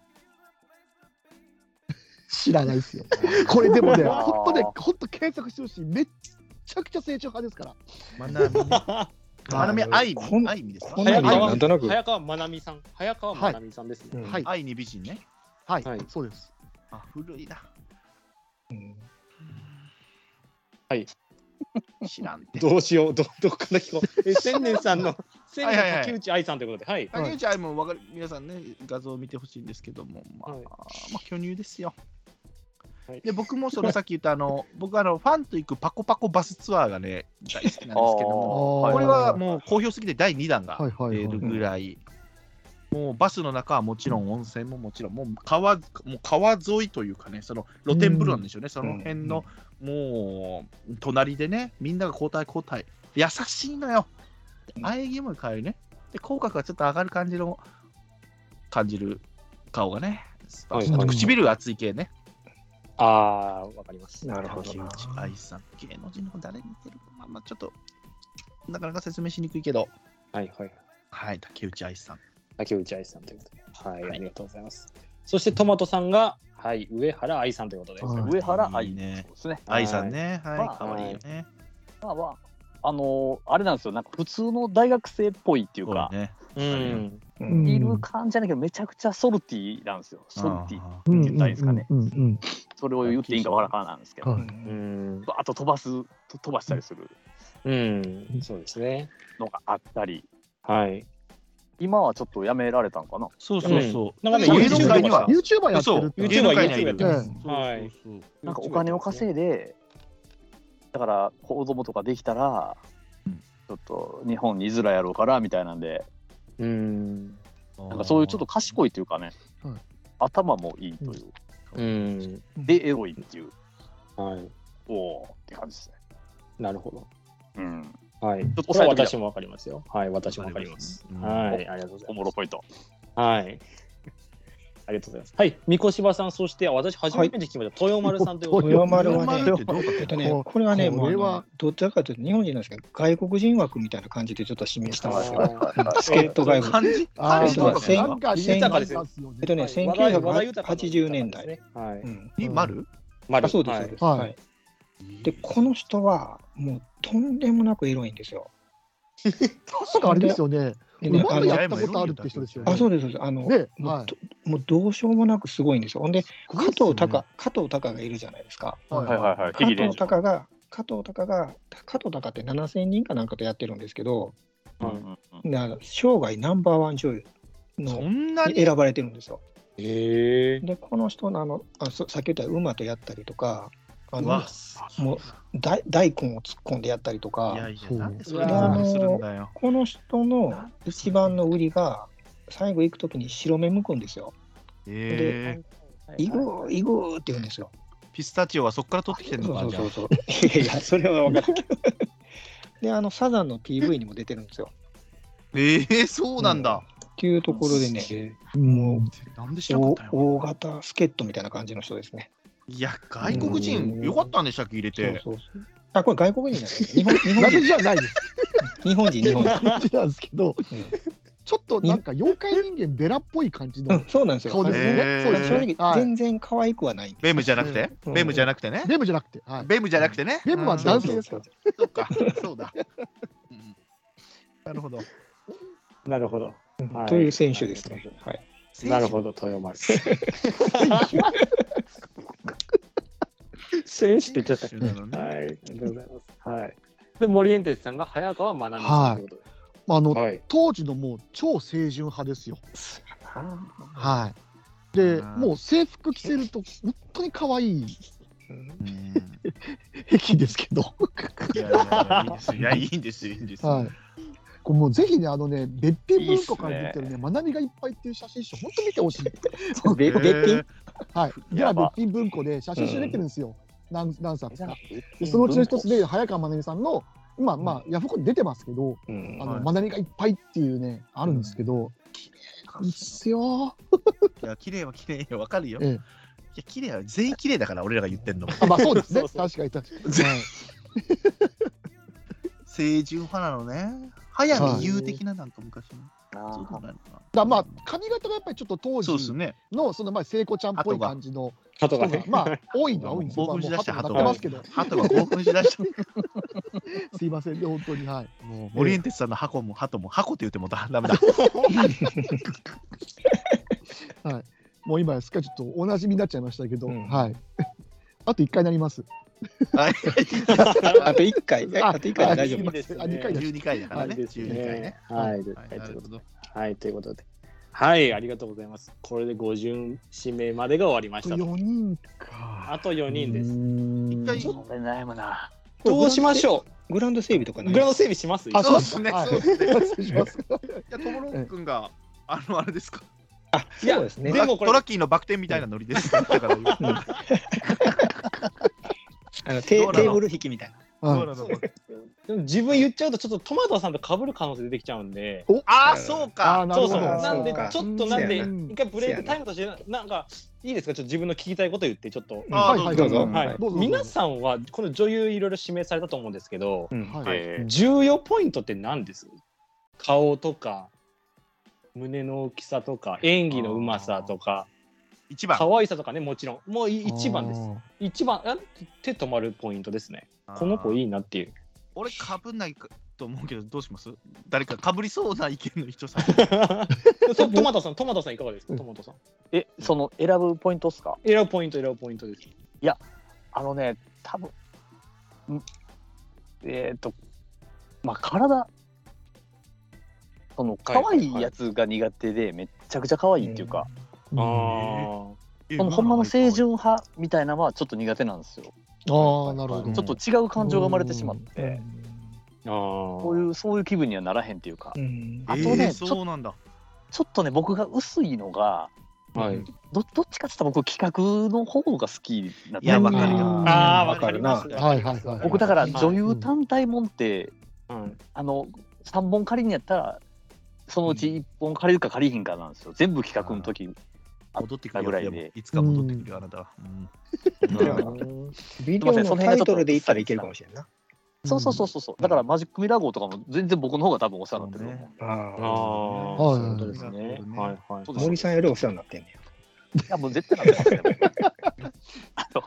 F: 知らないですよ。これでもね、
E: あー
F: 本当ね、本当検索してほしい。めっちゃくちゃ成長派ですから。
B: まなみ。まなみ、愛
D: こん
B: に。愛にですか
D: こん
C: 早
D: な
C: 川
D: のなんとなく。
C: 早川まなみさん、早川まなみさんですね。
D: うん
F: はい、
B: 愛に美人ね。
F: はい、
C: はい
F: そうです。
B: あ、古いな。
D: うん
B: 知らんて。
C: どうしよう、どどっから聞こう。え千年さんの、千年
B: はいはいは
C: の
B: い
C: 竹内愛さんということで、はい。
B: 竹内愛もわかる皆さんね、画像を見てほしいんですけども、まあ、
C: はい
B: まあ、巨乳ですよ。
C: はい
B: で僕もそのさっき言ったあの [laughs] 僕あのファンと行くパコパコバスツアーがね大好きなんですけども
F: あー
B: これはもう好評すぎて第2弾が
F: はいはいはい
B: 出るぐらいもうバスの中はもちろん温泉ももちろんもう川もう川沿いというかねその露天風呂なんでしょうね、その辺のもう隣でねみんなが交代交代優しいのよ喘ぎも変えるねで口角がちょっと上がる感じの感じる顔がね
C: はい
B: あと唇が厚い系ね
C: ああ、わかります。
D: なるほど
B: 竹内愛さん芸能人の方誰に似てるかまあまあちょっとなかなか説明しにくいけど
C: はいはい。
B: はい竹内愛さん
C: 竹内愛さんということで。はい、
B: はい
C: ありがとうございます。そしてトマトさんが、はい、上原愛さんということで。
F: はい
E: 上原愛
B: いいね
E: そうですね。
B: 愛さんねはい
E: まあ
B: 可愛いよね
E: まあまあ、あのーあれなんですよ、なんか普通の大学生っぽいっていうか
B: そう、ね
C: うん。
D: う
F: うん
D: ん
E: いる感じじゃないけど、めちゃくちゃソルティなんですよ、ソルティ。
B: あ
F: うん
E: 言ったらいいですかね
F: うんうんうん
E: それを言っていいんかわからんなんですけ
F: う
E: ど
F: ん、
C: う
D: うん
C: ん。
E: バーッと飛ばす、と飛ばしたりする
C: うん。そうですね。
E: のがあったり、
C: はい。
E: 今はちょっとやめられたんかな。
B: そうそうそう
C: うんなんか
B: そう
C: ね
B: 芸能界には
C: 芸
F: YouTuber やって
B: そう
F: るって。
C: YouTuber
B: 芸能界にはい
C: や
B: る
C: って
F: ます
B: そうそうそう
E: なんかお金を稼いで、だから子供とかできたら
B: うん、
E: ちょっと日本にいずらやろうからみたいなんで、
C: うん。
E: なんかそういうちょっと賢いというかね
F: うん、
E: 頭もいいという、
C: うん。
E: で、エロいっていう、
C: はい。
E: おおって感じですね。
C: なるほど。
E: うん、
C: はい。
E: と
C: これ
E: 抑え
C: は
E: てみた
C: 私もわかりますよ。はい、私もわかります。
B: うん
C: はい、ありがとうござ
E: お
C: い
E: も
C: ま
E: ろ
C: す。
E: ポイント。
C: はい。ありがとうございます。はい、三越柴さん、そしてあ私初めて聞きました、豊丸さんということで。
D: 豊丸はね
B: 豊丸ってどうだったの
D: えっとね、これはね、も
F: こ
D: う
F: れは
D: あのどちらかというと日本人なんですけど、外国人枠みたいな感じでちょっと指名したんですけど、
C: あー
D: 助っ人外国。
B: 漢字
F: あ
B: 漢
F: あ、
B: 字
F: そ
B: と
F: う
B: か
F: か、
D: せん
F: なんかあり
C: 豊かですよ
F: ますよ
D: えっ
F: ね。
D: とね、
C: 和田和田豊かですね
D: 1980年代。。
C: はいう
D: ん
B: に丸
C: 丸
D: あそうです、そうです。
F: はい
D: はいで、この人は、もうとんでもなくエロいんですよ。
F: 確かあれですよね。
D: で
F: う
D: ね、
F: ま
D: あの
F: くやったことあるって人ですよね。
D: あそうです、そうです。あの、
F: ね
D: も
F: は
D: うともうどうしようもなくすごいんですよ。ほんで、
F: い。
D: 加藤隆、加藤隆がいるじゃないですか。
F: はい
E: はいはいはい。
D: 加
E: ヒゲレン
D: 藤
E: ジャー
D: 隆が、加藤隆が、加藤隆って7000人かなんかとやってるんですけど、
E: うん
C: はい
E: うんうん
D: な生涯ナンバーワン女優
B: そ
D: の
B: んな
D: に
B: に
D: 選ばれてるんですよ。
C: へえ。
D: で、この人のあの、あそさっき言った馬とやったりとか、あ
B: う
D: の
B: わ
D: もう大大根を突っ込んでやったりと
B: いや
D: か、
B: いや
F: そう
B: なんでそれまでするんだよ
D: この人の一番の売りが、最後行くときに白目むくんですよ。
B: えー
D: イグー、イグーって言うんですよ。
B: ピスタチオはそこから取ってきてん
D: そ
B: のか
D: う
B: じゃ
D: そうそうそう。いやいや、それは分からんけど。 [laughs] で、あの、サザンの PV にも出てるんですよ。
B: あえーそうなんだ
D: っていうところでね、
F: も
D: も
B: なんで知
D: う
B: らなかった
D: 大
B: よ
D: 大型助っ人みたいな感じの人ですね。
B: いや外国人よかったんでしたっけ入れて
D: そうそうそうあ、これ外国人じゃない。日
F: う、
D: 本
F: 謎
D: 人、
F: じゃないです。
D: 日本人、
B: [laughs]
D: 日本人。
F: 謎じゃないですけど、
D: うん
F: ちょっとなんか妖怪人間ベラっぽい感じ
D: う
F: の
D: ん、。そうなんですよ。
F: 顔ですね
D: あの
B: へー
D: 正直、
F: はい
D: 全然可愛くはないんです。
B: ベムじゃなくて
D: うん
B: ベムじゃなくてね
F: レムじゃなくて、はい。
B: ベムじゃなくてね
F: ベムは男性ですから。
B: そっかそうだうんなるほど
C: なるほど。
D: という選手ですね。はい。
C: なるほど、豊
D: [laughs]
C: 丸。
G: 選手って言っちゃった。
B: なのね。
G: はい、ありがとうございます。はい。で、森エンテスさんが早川学美さんということで。
F: まああの
C: はい。
F: 当時のもう超清純派ですよ。はい、
B: あ
F: で
B: ー
F: もう制服着せると本当に可愛
B: う
F: い
B: ん
F: 駅ですけど、 [laughs]
B: いやいやいやいいですよいやいいんですよいいんですよ。
F: はい、これもうぜひねあのね別品文庫から出てるね「まなみがいっぱい」っていう写真集本当見てほしい。
E: べ
B: えー
E: 別品
F: はい、じゃ
E: や
F: あ
E: ば
F: 別品文庫で写真集出てるんですよ、何何冊か。で
E: 別
F: そのうちの一つで早川まなみさんの今まあヤフコに出てますけど
C: う
F: 「
C: ん
F: あ
B: はい
F: のまなみがいっぱい」っていうねあるんですけど綺麗なんですよ。
B: いや綺麗は綺麗よわかるよ。
F: ええ
B: いや綺麗は全員綺麗だから俺らが言ってんのも。
F: あまあそうですね
E: そうそう
F: 確かに確かに。
B: 全
F: はい
B: 清純派なのね。早見優的ななんか昔の。そうでも
E: あ
B: ないのかな
F: だまあ髪型がやっぱりちょっと当時
B: そうですね。
F: のそのまあ聖子ちゃんっぽい感じの
C: あと
F: 人
C: が
F: が
C: ね、
F: まあ多いのは多いんですよ。
B: 興奮しだして
F: まあ
B: 鳩
F: も
B: が
F: う鳩が鳴ってます
B: 鳩が興奮しだした。
F: けど、すいませんね本当にはい。
B: もう森エンテスさんの箱も鳩も箱って言ってもダメだ。
F: もう今すっかりちょっとお馴染みになっちゃいましたけど、
C: うん
F: はい。 [laughs] あと一回なります。
B: はい。
D: あと1回、えあと1回で大丈
E: いい
D: 夫。
E: ですね
F: あ二回だ
B: 12回だからね。
E: いいですね
B: 12回ね。
C: はい
B: はいなるほど。
C: はい、ということで。はい、ありがとうございます。これで五巡指名までが終わりましたと。
F: 四人か。
C: あと4人です。
B: 一回
F: す。
E: あ悩むな
C: どうしましょ
D: グラウンド整備とか
C: う
D: な
C: グ
D: い
C: ラウンド整備します
F: あ
B: そう
F: そう
B: っ
F: です
B: ねそ
F: すね。
B: うっすね
F: はい失礼します。
B: じゃあ、トモロン君が、あの、あれですか。
C: いや
D: そうですね
C: でもこれ
B: トラッキーのバク転みたいなノリです。だから俺
D: あのテ
B: どうなの
D: ーテーブル引きみたいな。
B: そう
F: は
B: なのか
C: でも自分言っちゃうとちょっとトマトさんと被る可能性出てきちゃうんで。
B: ああ、そう
F: あ
B: か
F: ー。な
C: そ
F: るほ
C: う
F: ど
C: そう。
D: そうか
C: なんで
D: そうか
C: ちょっとなんで
F: そうやな
C: 一回ブレイクタイムとしてななんかいいですかちょっと自分の聞きたいこと言ってちょっと。
B: あ
F: いはい
D: どうぞ
F: はい
C: はい
F: どうぞ。
C: 皆さんはこの女優いろいろ指名されたと思うんですけど、
D: うん
F: はい
E: え
C: 重要ポイントって何です顔とか胸の大きさとか演技のうまさとか
B: 一番。
C: 可愛さとかねもちろんもうい一番です
F: あー。
C: 一番あ手止まるポイントですねこの子
B: い。
C: いいな
F: [laughs]
C: っていう
B: 俺、かぶんないかと思うけど、どうします誰かかぶりそうな意見の人さん。
C: そうトマトさんトマトさんいかがですか
F: うん
C: トマトさん
E: えその選ぶポイントっすか
C: 選ぶポイント選ぶポイントです
E: あのね多分んえっ、とまあ体その
C: はい
E: 可愛いやつが苦手でめっちゃくちゃ可愛いっていうか、
F: うん
C: あ
E: そのほんまの清純派みたいなのはちょっと苦手なんですよ、
F: ああなるほど。
E: ちょっと違う感情が生まれてしまって、
C: あこ
E: こういうそういう気分にはならへんっていうか、
D: うん
E: あと
B: え
E: ね
B: ー
E: ちょ
B: そうなんだ。
E: ちょっとね僕が薄いのが
C: はい
E: どどっちかって言ったら僕企画の方が好きなタイプ
B: いや、わかる
F: う
B: よ。
F: ん
C: あーわ
B: わ
C: か
B: か
C: り
B: り
C: ま
B: ますす
F: はいはいはい
E: 僕だから
C: はい
E: 女優単体もんって、
C: うん
E: あの3本借りにやったらそのうち1本借りるか借りひんかなんですよ全部企画の時
B: 戻ってくる
E: ぐら
B: よ
E: い
B: で
E: で。
B: もいつか戻ってくるよ、あなたは。うん
D: ビデオのタイトルで言ったらいけるかもしれんな
E: そうそうそうそうそう。だからマジックミラー号とかも全然僕の方が多分お世話になってると思う。
D: い。あ
C: あ
D: あ
C: あ
F: はい
C: そういうことですね
B: な
C: はい
B: る
C: はい
E: そうです
D: 森さんよりお世話になってんねや。
E: いやもう絶対なんですよ。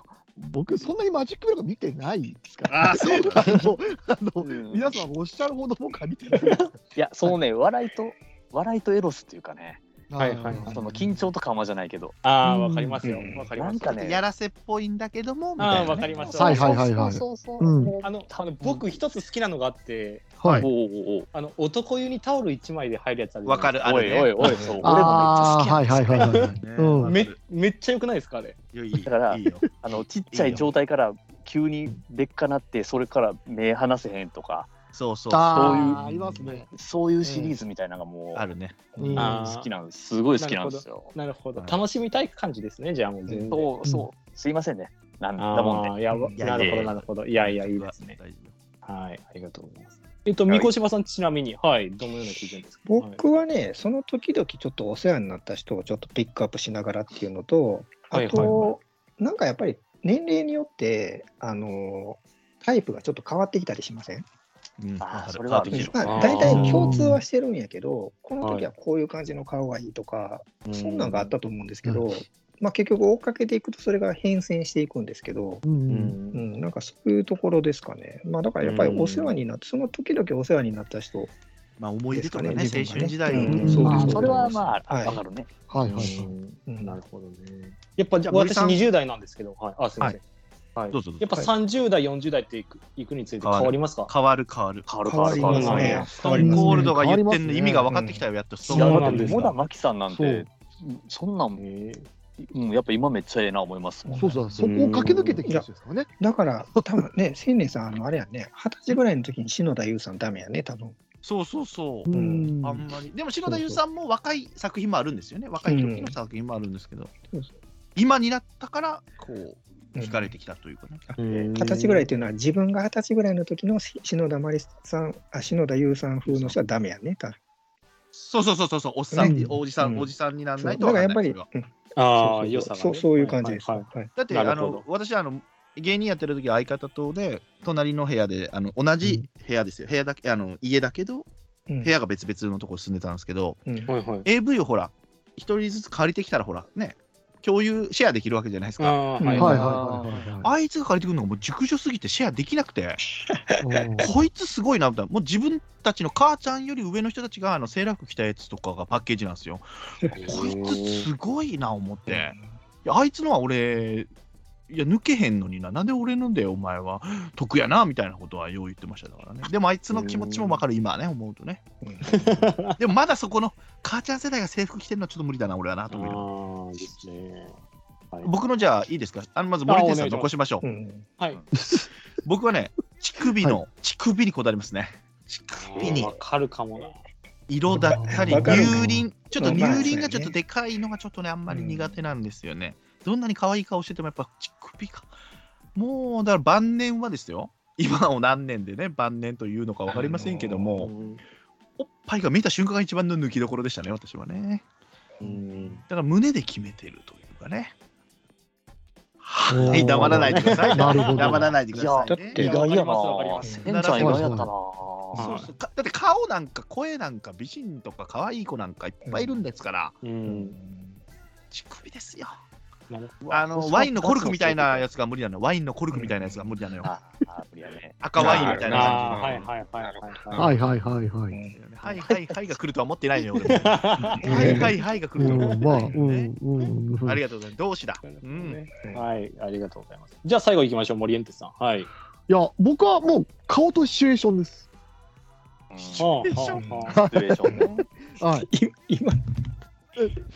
F: 僕そんなにマジックミラー見てないですから。
B: ああ、そうだ。
F: [laughs] あのあの
E: うん
F: 皆さんおっしゃるほど僕は見てない。
E: いやそのね笑いと笑いとエロスっていうかね、
C: はいはい
E: その緊張とかまじゃないけど、
C: ああわかりますよ
D: うん
C: わかり
E: な
C: ま
E: ん
C: す
E: か
B: や
E: ね。
B: らせっぽいんだけども、みたいな
C: ああ
B: ね
C: わかりました
F: はいはいはいはい
E: そうそう
F: う
E: そ
F: ん
E: うそう。
C: あのあの僕一つ好きなのがあって
F: は
E: おう
F: い。
E: おうおう
C: あの男湯にタオル一枚で入るやつある
B: わか
C: る。
B: る、あ
E: お
B: れ
E: い
B: ね。
E: おいおいそう。俺もめっちゃ好
F: あ
E: き
F: あ
E: な
F: は
E: ん
F: い
E: ですよ
F: はいはいはいはい。
B: ね
F: うん
C: めめっちゃ良くないですかあれ。
B: いやいい
E: だから
B: いいよ。
E: あのちっちゃい状態から急にでっかなってそれから目離せへんとか
B: そうそうそう。
F: ああ
E: そういう
F: ありますね。
E: そういうシリーズみたいなのがもう
B: あるね。
F: うん
E: うん
C: あー
E: 好きなんですすごい好きなんですよ。
C: なるほど。
B: はい
C: 楽しみたい感じですね。じゃあもう全然。
E: そうそうすいませんねなんだもんで。
C: あーやば
B: いや
C: なるほど
E: いやいや
C: なるほど。いやいやいいですね。
B: 大丈夫。
C: はいありがとうございます。えっと三越島さんちなみにはいどのような基準ですか。
D: 僕はね、その時々ちょっとお世話になった人をちょっとピックアップしながらっていうのと、あ
C: はいはいは
D: と、なんかやっぱり年齢によって、あの、タイプがちょっと変わってきたりしません
B: うん、
E: あー
B: わかる
E: それはある
B: わか
E: う
B: る
E: ん
D: ま
C: あ
D: あ、
C: ー
D: 大体共通はしてるんやけど、この時はこういう感じの顔がいいとか、
C: はい
D: そんなんがあったと思うんですけど、まあ、結局追っかけていくとそれが変遷していくんですけど、
F: う。
C: うん。
D: うんん、なんかそういうところですかね。まあ、だからやっぱりお世話になって、その時々お世話になった人
B: まあ、思い出とかね
D: ですかね
B: 青春時代を、
D: うん
F: そう
E: まあ
F: です
E: それはまあ、
D: は
E: わ
D: い
E: かるね。
F: はいはいは
C: う
F: い。
C: ん
D: うん
G: なるほどね。
C: やっぱ
B: じゃあ森
C: 私
B: さん
C: 20代なんですけど、はい、あすみません、
G: はい
B: ど。うぞどう
C: やっ
B: ぞ
C: ぱ30代、40代っていくいくについて変わりますか
B: 変わる変わる
E: 変わる
D: 変わります
C: 変わる
D: ね。
C: 変
D: 変
C: わ
D: わ
C: り
D: り
C: ま
D: ますす
B: コール
D: ね。
B: ドが言ってん
F: 変わります
B: の
F: ね
B: 意味が分かってきたよ、やっとスト
E: いや、
B: ーン
E: だ
G: な
E: っ
G: ん
E: て、
G: ですか
E: モダマキさんなん
F: そ
E: て
F: う、
E: そんなん、うん、やっぱ今めっちゃええな思いますもんね。
F: そうそう、そこを駆け抜けてきた人ですからね。
D: だから、多分ね、 [laughs] 千年さん、あのあれやね、二十歳ぐらいの時に篠田優さんダメやね、多分。
B: そうそうそう、
F: うん
B: あんまりでも篠田優さんも若い作品もあるんですよね若い時の作品もあるんですけど、
D: うん
B: 今になったからこう
D: うん
B: 惹かれてきたというかね、
D: 二十歳ぐらいっていうのは、自分が二十歳ぐらいの時の篠田麻里さん、あ篠田優さん風の人はダメやね、多分。
B: そうそうそうそうそうおっさん、
D: ね
B: おじさん、
D: うん
B: おじさんになら
D: そ
B: な
D: う
B: い
D: だ
B: と
D: か
B: わ
D: ら
B: か
D: や
B: ん
D: っ
B: ない
D: ぱり、
B: それは
C: ああ、
D: うんそう
C: 良さがね、
D: そうそういう感じです。
G: はい
D: は
G: はい
D: い
B: だって
G: な
B: あ
G: るほど
B: の私あの芸人やってる時相方とで隣の部屋であの同じ部屋ですよ、部屋だけあの家だけど
D: うん
B: 部屋が別々のところ住んでたんですけど、
D: うん
G: はいはい。
B: AV をほら、一人ずつ借りてきたらほら、ね、共有、シェアできるわけじゃないです
G: あ
B: か。
G: ーはいはいい
F: ははいはいはいは
B: あいつが借りてくるのがもう熟女すぎてシェアできなくて、
F: い。うん
B: こいつすごいなみたいな、もう自分たちの母ちゃんより上の人たちがあのセーラー服着たやつとかがパッケージなんですよ。こいつすごいな思って、いやあいつのは俺、いや抜けへんのにな、なんで俺のんだよ、お前は得やなみたいなことはよう言ってましただからね。でもあいつの気持ちも分かる、今はね、思うとね。でもまだそこの母ちゃん世代が制服着てるのはちょっと無理だな、俺はなと
G: あ
B: 思いなが
G: ー
B: ら
G: ですね。はい
B: 僕のじゃあいいですかあのまず森
G: あお
B: 田
G: 願いしま
B: さん
G: す
B: 残しましょう
D: うん
G: はい。
B: 僕はね乳首の、乳首にこだわりますね乳首に
G: わかるかもな。
B: 色だったり
D: わかる
B: 乳輪ちょっと
D: うん
B: 乳
D: まあ
B: 輪が
D: そ
B: ちょ
D: う
B: っと
D: やね
B: でかいのがちょっとねあんまり苦手なんですよね、どんなに可愛い顔しててもやっぱ乳首かもうだから晩年はですよ今を何年でね晩年というのか分かりませんけども、
G: うん
B: おっぱいが見た瞬間が一番の抜きどころでしたね私はね
G: うん
B: だから胸で決めてるというかねはい黙らないでください
F: なるほど
B: 黙らないでください、ね、
E: だって意外やな。センちゃん意外やったな。
B: そうそうかだって顔なんか声なんか美人とか可愛い子なんかいっぱいいるんですから、
G: うん。
B: 乳首ですよ
G: なる
B: あのワインのコルクみたいなやつが無理なのワインのコルクみたいなやつが無理なのよ、
E: ああ、無理やね。
B: 赤ワインみたいな感
G: あーはいはいはいはい。
F: はいはいはいは
D: う
F: い。
D: ん
B: じだよねはいはいはいが来るとは思ってないのよ俺もはいはいはいが来
F: う
B: るとは思っ
F: ん、
B: て
F: まあ、
B: な
F: う
B: いのよね
F: ん、うん。
B: ありがとうございます同志だ、うん、
G: [laughs] はい、ありがとうございます。じゃあ最後行きましょう、森エンテスさん。はい。
F: いや、僕はもう顔とシチュエーションです。
E: シチ
G: はあ
B: シ
G: はあはあ
E: ュエーションね。
F: はい。
D: い [laughs] 今、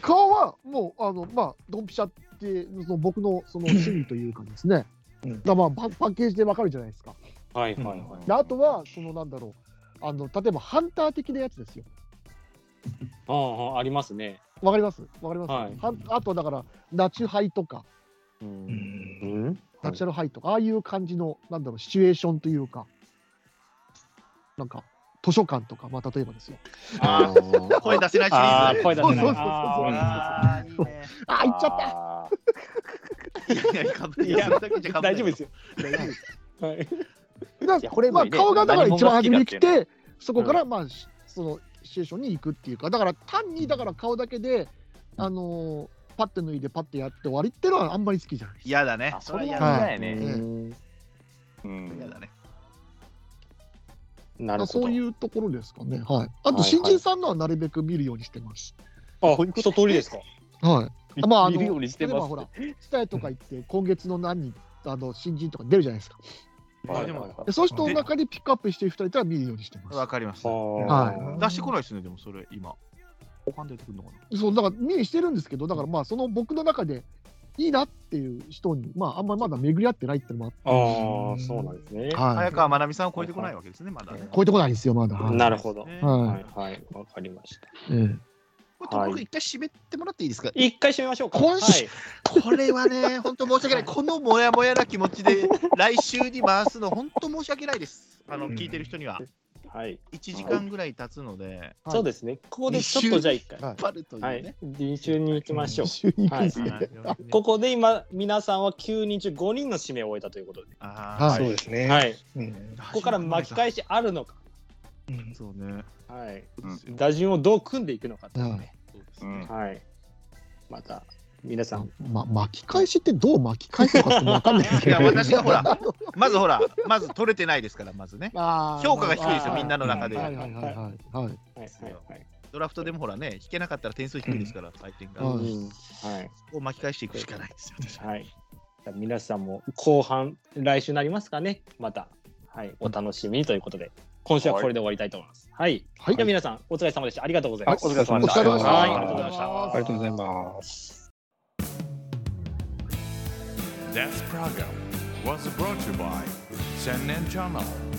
F: 顔はもう、あの、まあ、ドンピシャっていう、その僕のその趣味というかですね。
D: うん
F: だからまあパ、パッケージでわかるじゃないですか。
G: はいはいはい。
F: であとは、そのなんだろう。あの、例えばハンター的なやつですよ。
G: ああああ、ありますね。
F: わかりますわかります、
G: はい
F: はあとだから、ナチュハイとか、
G: う。
D: うん
G: うんん
F: ナチュラルハイとか、ああいう感じの、なんだろう、シチュエーションというか、なんか、図書館とか、まあ、例えばですよ。
G: あー
B: 声出せないシリ
G: あ
B: ー
G: ー、
B: ズ
G: 声出せない。
F: そうそうそうそう
G: あ
B: あーいいね
F: あ、行っちゃった
E: た。
B: いやいやかぶ
G: ー
B: いやそれだけじゃかぶ
G: 大丈夫です
B: よ
G: よ。はい
F: だ
E: いやこれ
F: ま
E: もい
F: あ、
E: いね
F: 顔がだから一番初めに来
E: 何
F: て、そこから、まあ、しそのシチュエーションに行くっていうか、だから単にだから顔だけで、あのーパッて脱いで、パッてやって終わりっていうのはあんまり好きじゃないです。
B: 嫌だね
E: あ、
B: そ
E: そ
B: れ
E: れ
B: 嫌
E: 嫌
B: だね
E: だよ
F: う
E: ね。
F: ん
E: うん
B: 嫌だね
G: なるほど。
F: そういうところですかね。はい。あ
G: はい
F: と、
G: はい
F: 新人さんのはなるべく見るようにしてます。
G: あ、一通りですか。
F: はい。まあ、あ
E: 見るよ
F: の、
E: うにして
F: 例えば
E: ま
F: ほ
E: す
F: ら。、スタイとか行って、今月の何人、あの新人とか出るじゃないですか。
B: あで
G: で
B: も
G: も、
F: でそういう人の中でピックアップしてる人いたら見るようにしてます。
B: わかります
F: は
B: 出してこないですねでもそれ今後半出てくるのかな
F: そうだから見にしてるんですけどだからまあその僕の中でいいなっていう人にまああんまりまだ巡り合ってないっていうのも
G: ああ、そうなんですね。
F: あって、はい
B: 早、川まなみさんを超えてこないわけですね、まだね。
F: 超えてこないんですよまだ。はい
G: なるほど。
B: ね
F: はい
G: はいはい、わかりました。
F: ええ
B: これ、ともかく一回締めてもらっていいですか、
G: 一回締めましょうか。
B: 今
G: はい
B: 週、これはね、 [laughs] 本当申し訳ない。このもやもやな気持ち
G: [laughs]
B: で、来週に回すの、本当申し訳ないです。あの、
D: うん
B: 聞いてる人には。
G: はい、
B: 1時間ぐらい経つので、
F: はい
G: そうですね。ここでちょっとじゃあ一回。
F: は
B: バルという
G: は
B: ね
G: い。、臨終に行きましょう
F: 一。緒に行くんですね。
B: はい
G: ここで今、皆さんは9人中5人の指名を終えたということで、
B: あ
D: そう
B: ー
D: ですね。
G: はい、
D: うん
B: こ
G: ここから巻き返しあるのか、
D: うん
B: そうね。
G: はい、
E: うん
G: 打順をどう組んでいくのかというね、
E: うん
G: はい、また
C: 皆さん。
F: ま、巻き返しってどう巻き返すのかっても分かんないです
B: い
F: けど
B: や私がほら、まずほら、まず取れてないですから、まずね。
F: [laughs] あー
B: 評価が低いですよ、
C: あー
B: みんなの中で。
F: はいはいはいはいはい。
C: はいはいはい
B: ドラフトでもほらね、引けなかったら点数低いですから、採点が。こ
F: う
C: う
F: ん
C: んはい。
B: う巻き返していくしかないですよ。
C: はい。じゃあ皆さんも後半、来週になりますかね、また。はい、お楽しみにということで、今週はこれで終わりたいと思います。はい。
F: はい
C: じゃあ皆さん、お疲れ様でした。ありがとうござい
D: は
C: ま
D: い
C: す。
D: お疲れ様でした。
F: お疲れ様でした
C: はいありがとうございました
D: ありがとうございます。
A: This program was brought to you by Sennen Channel.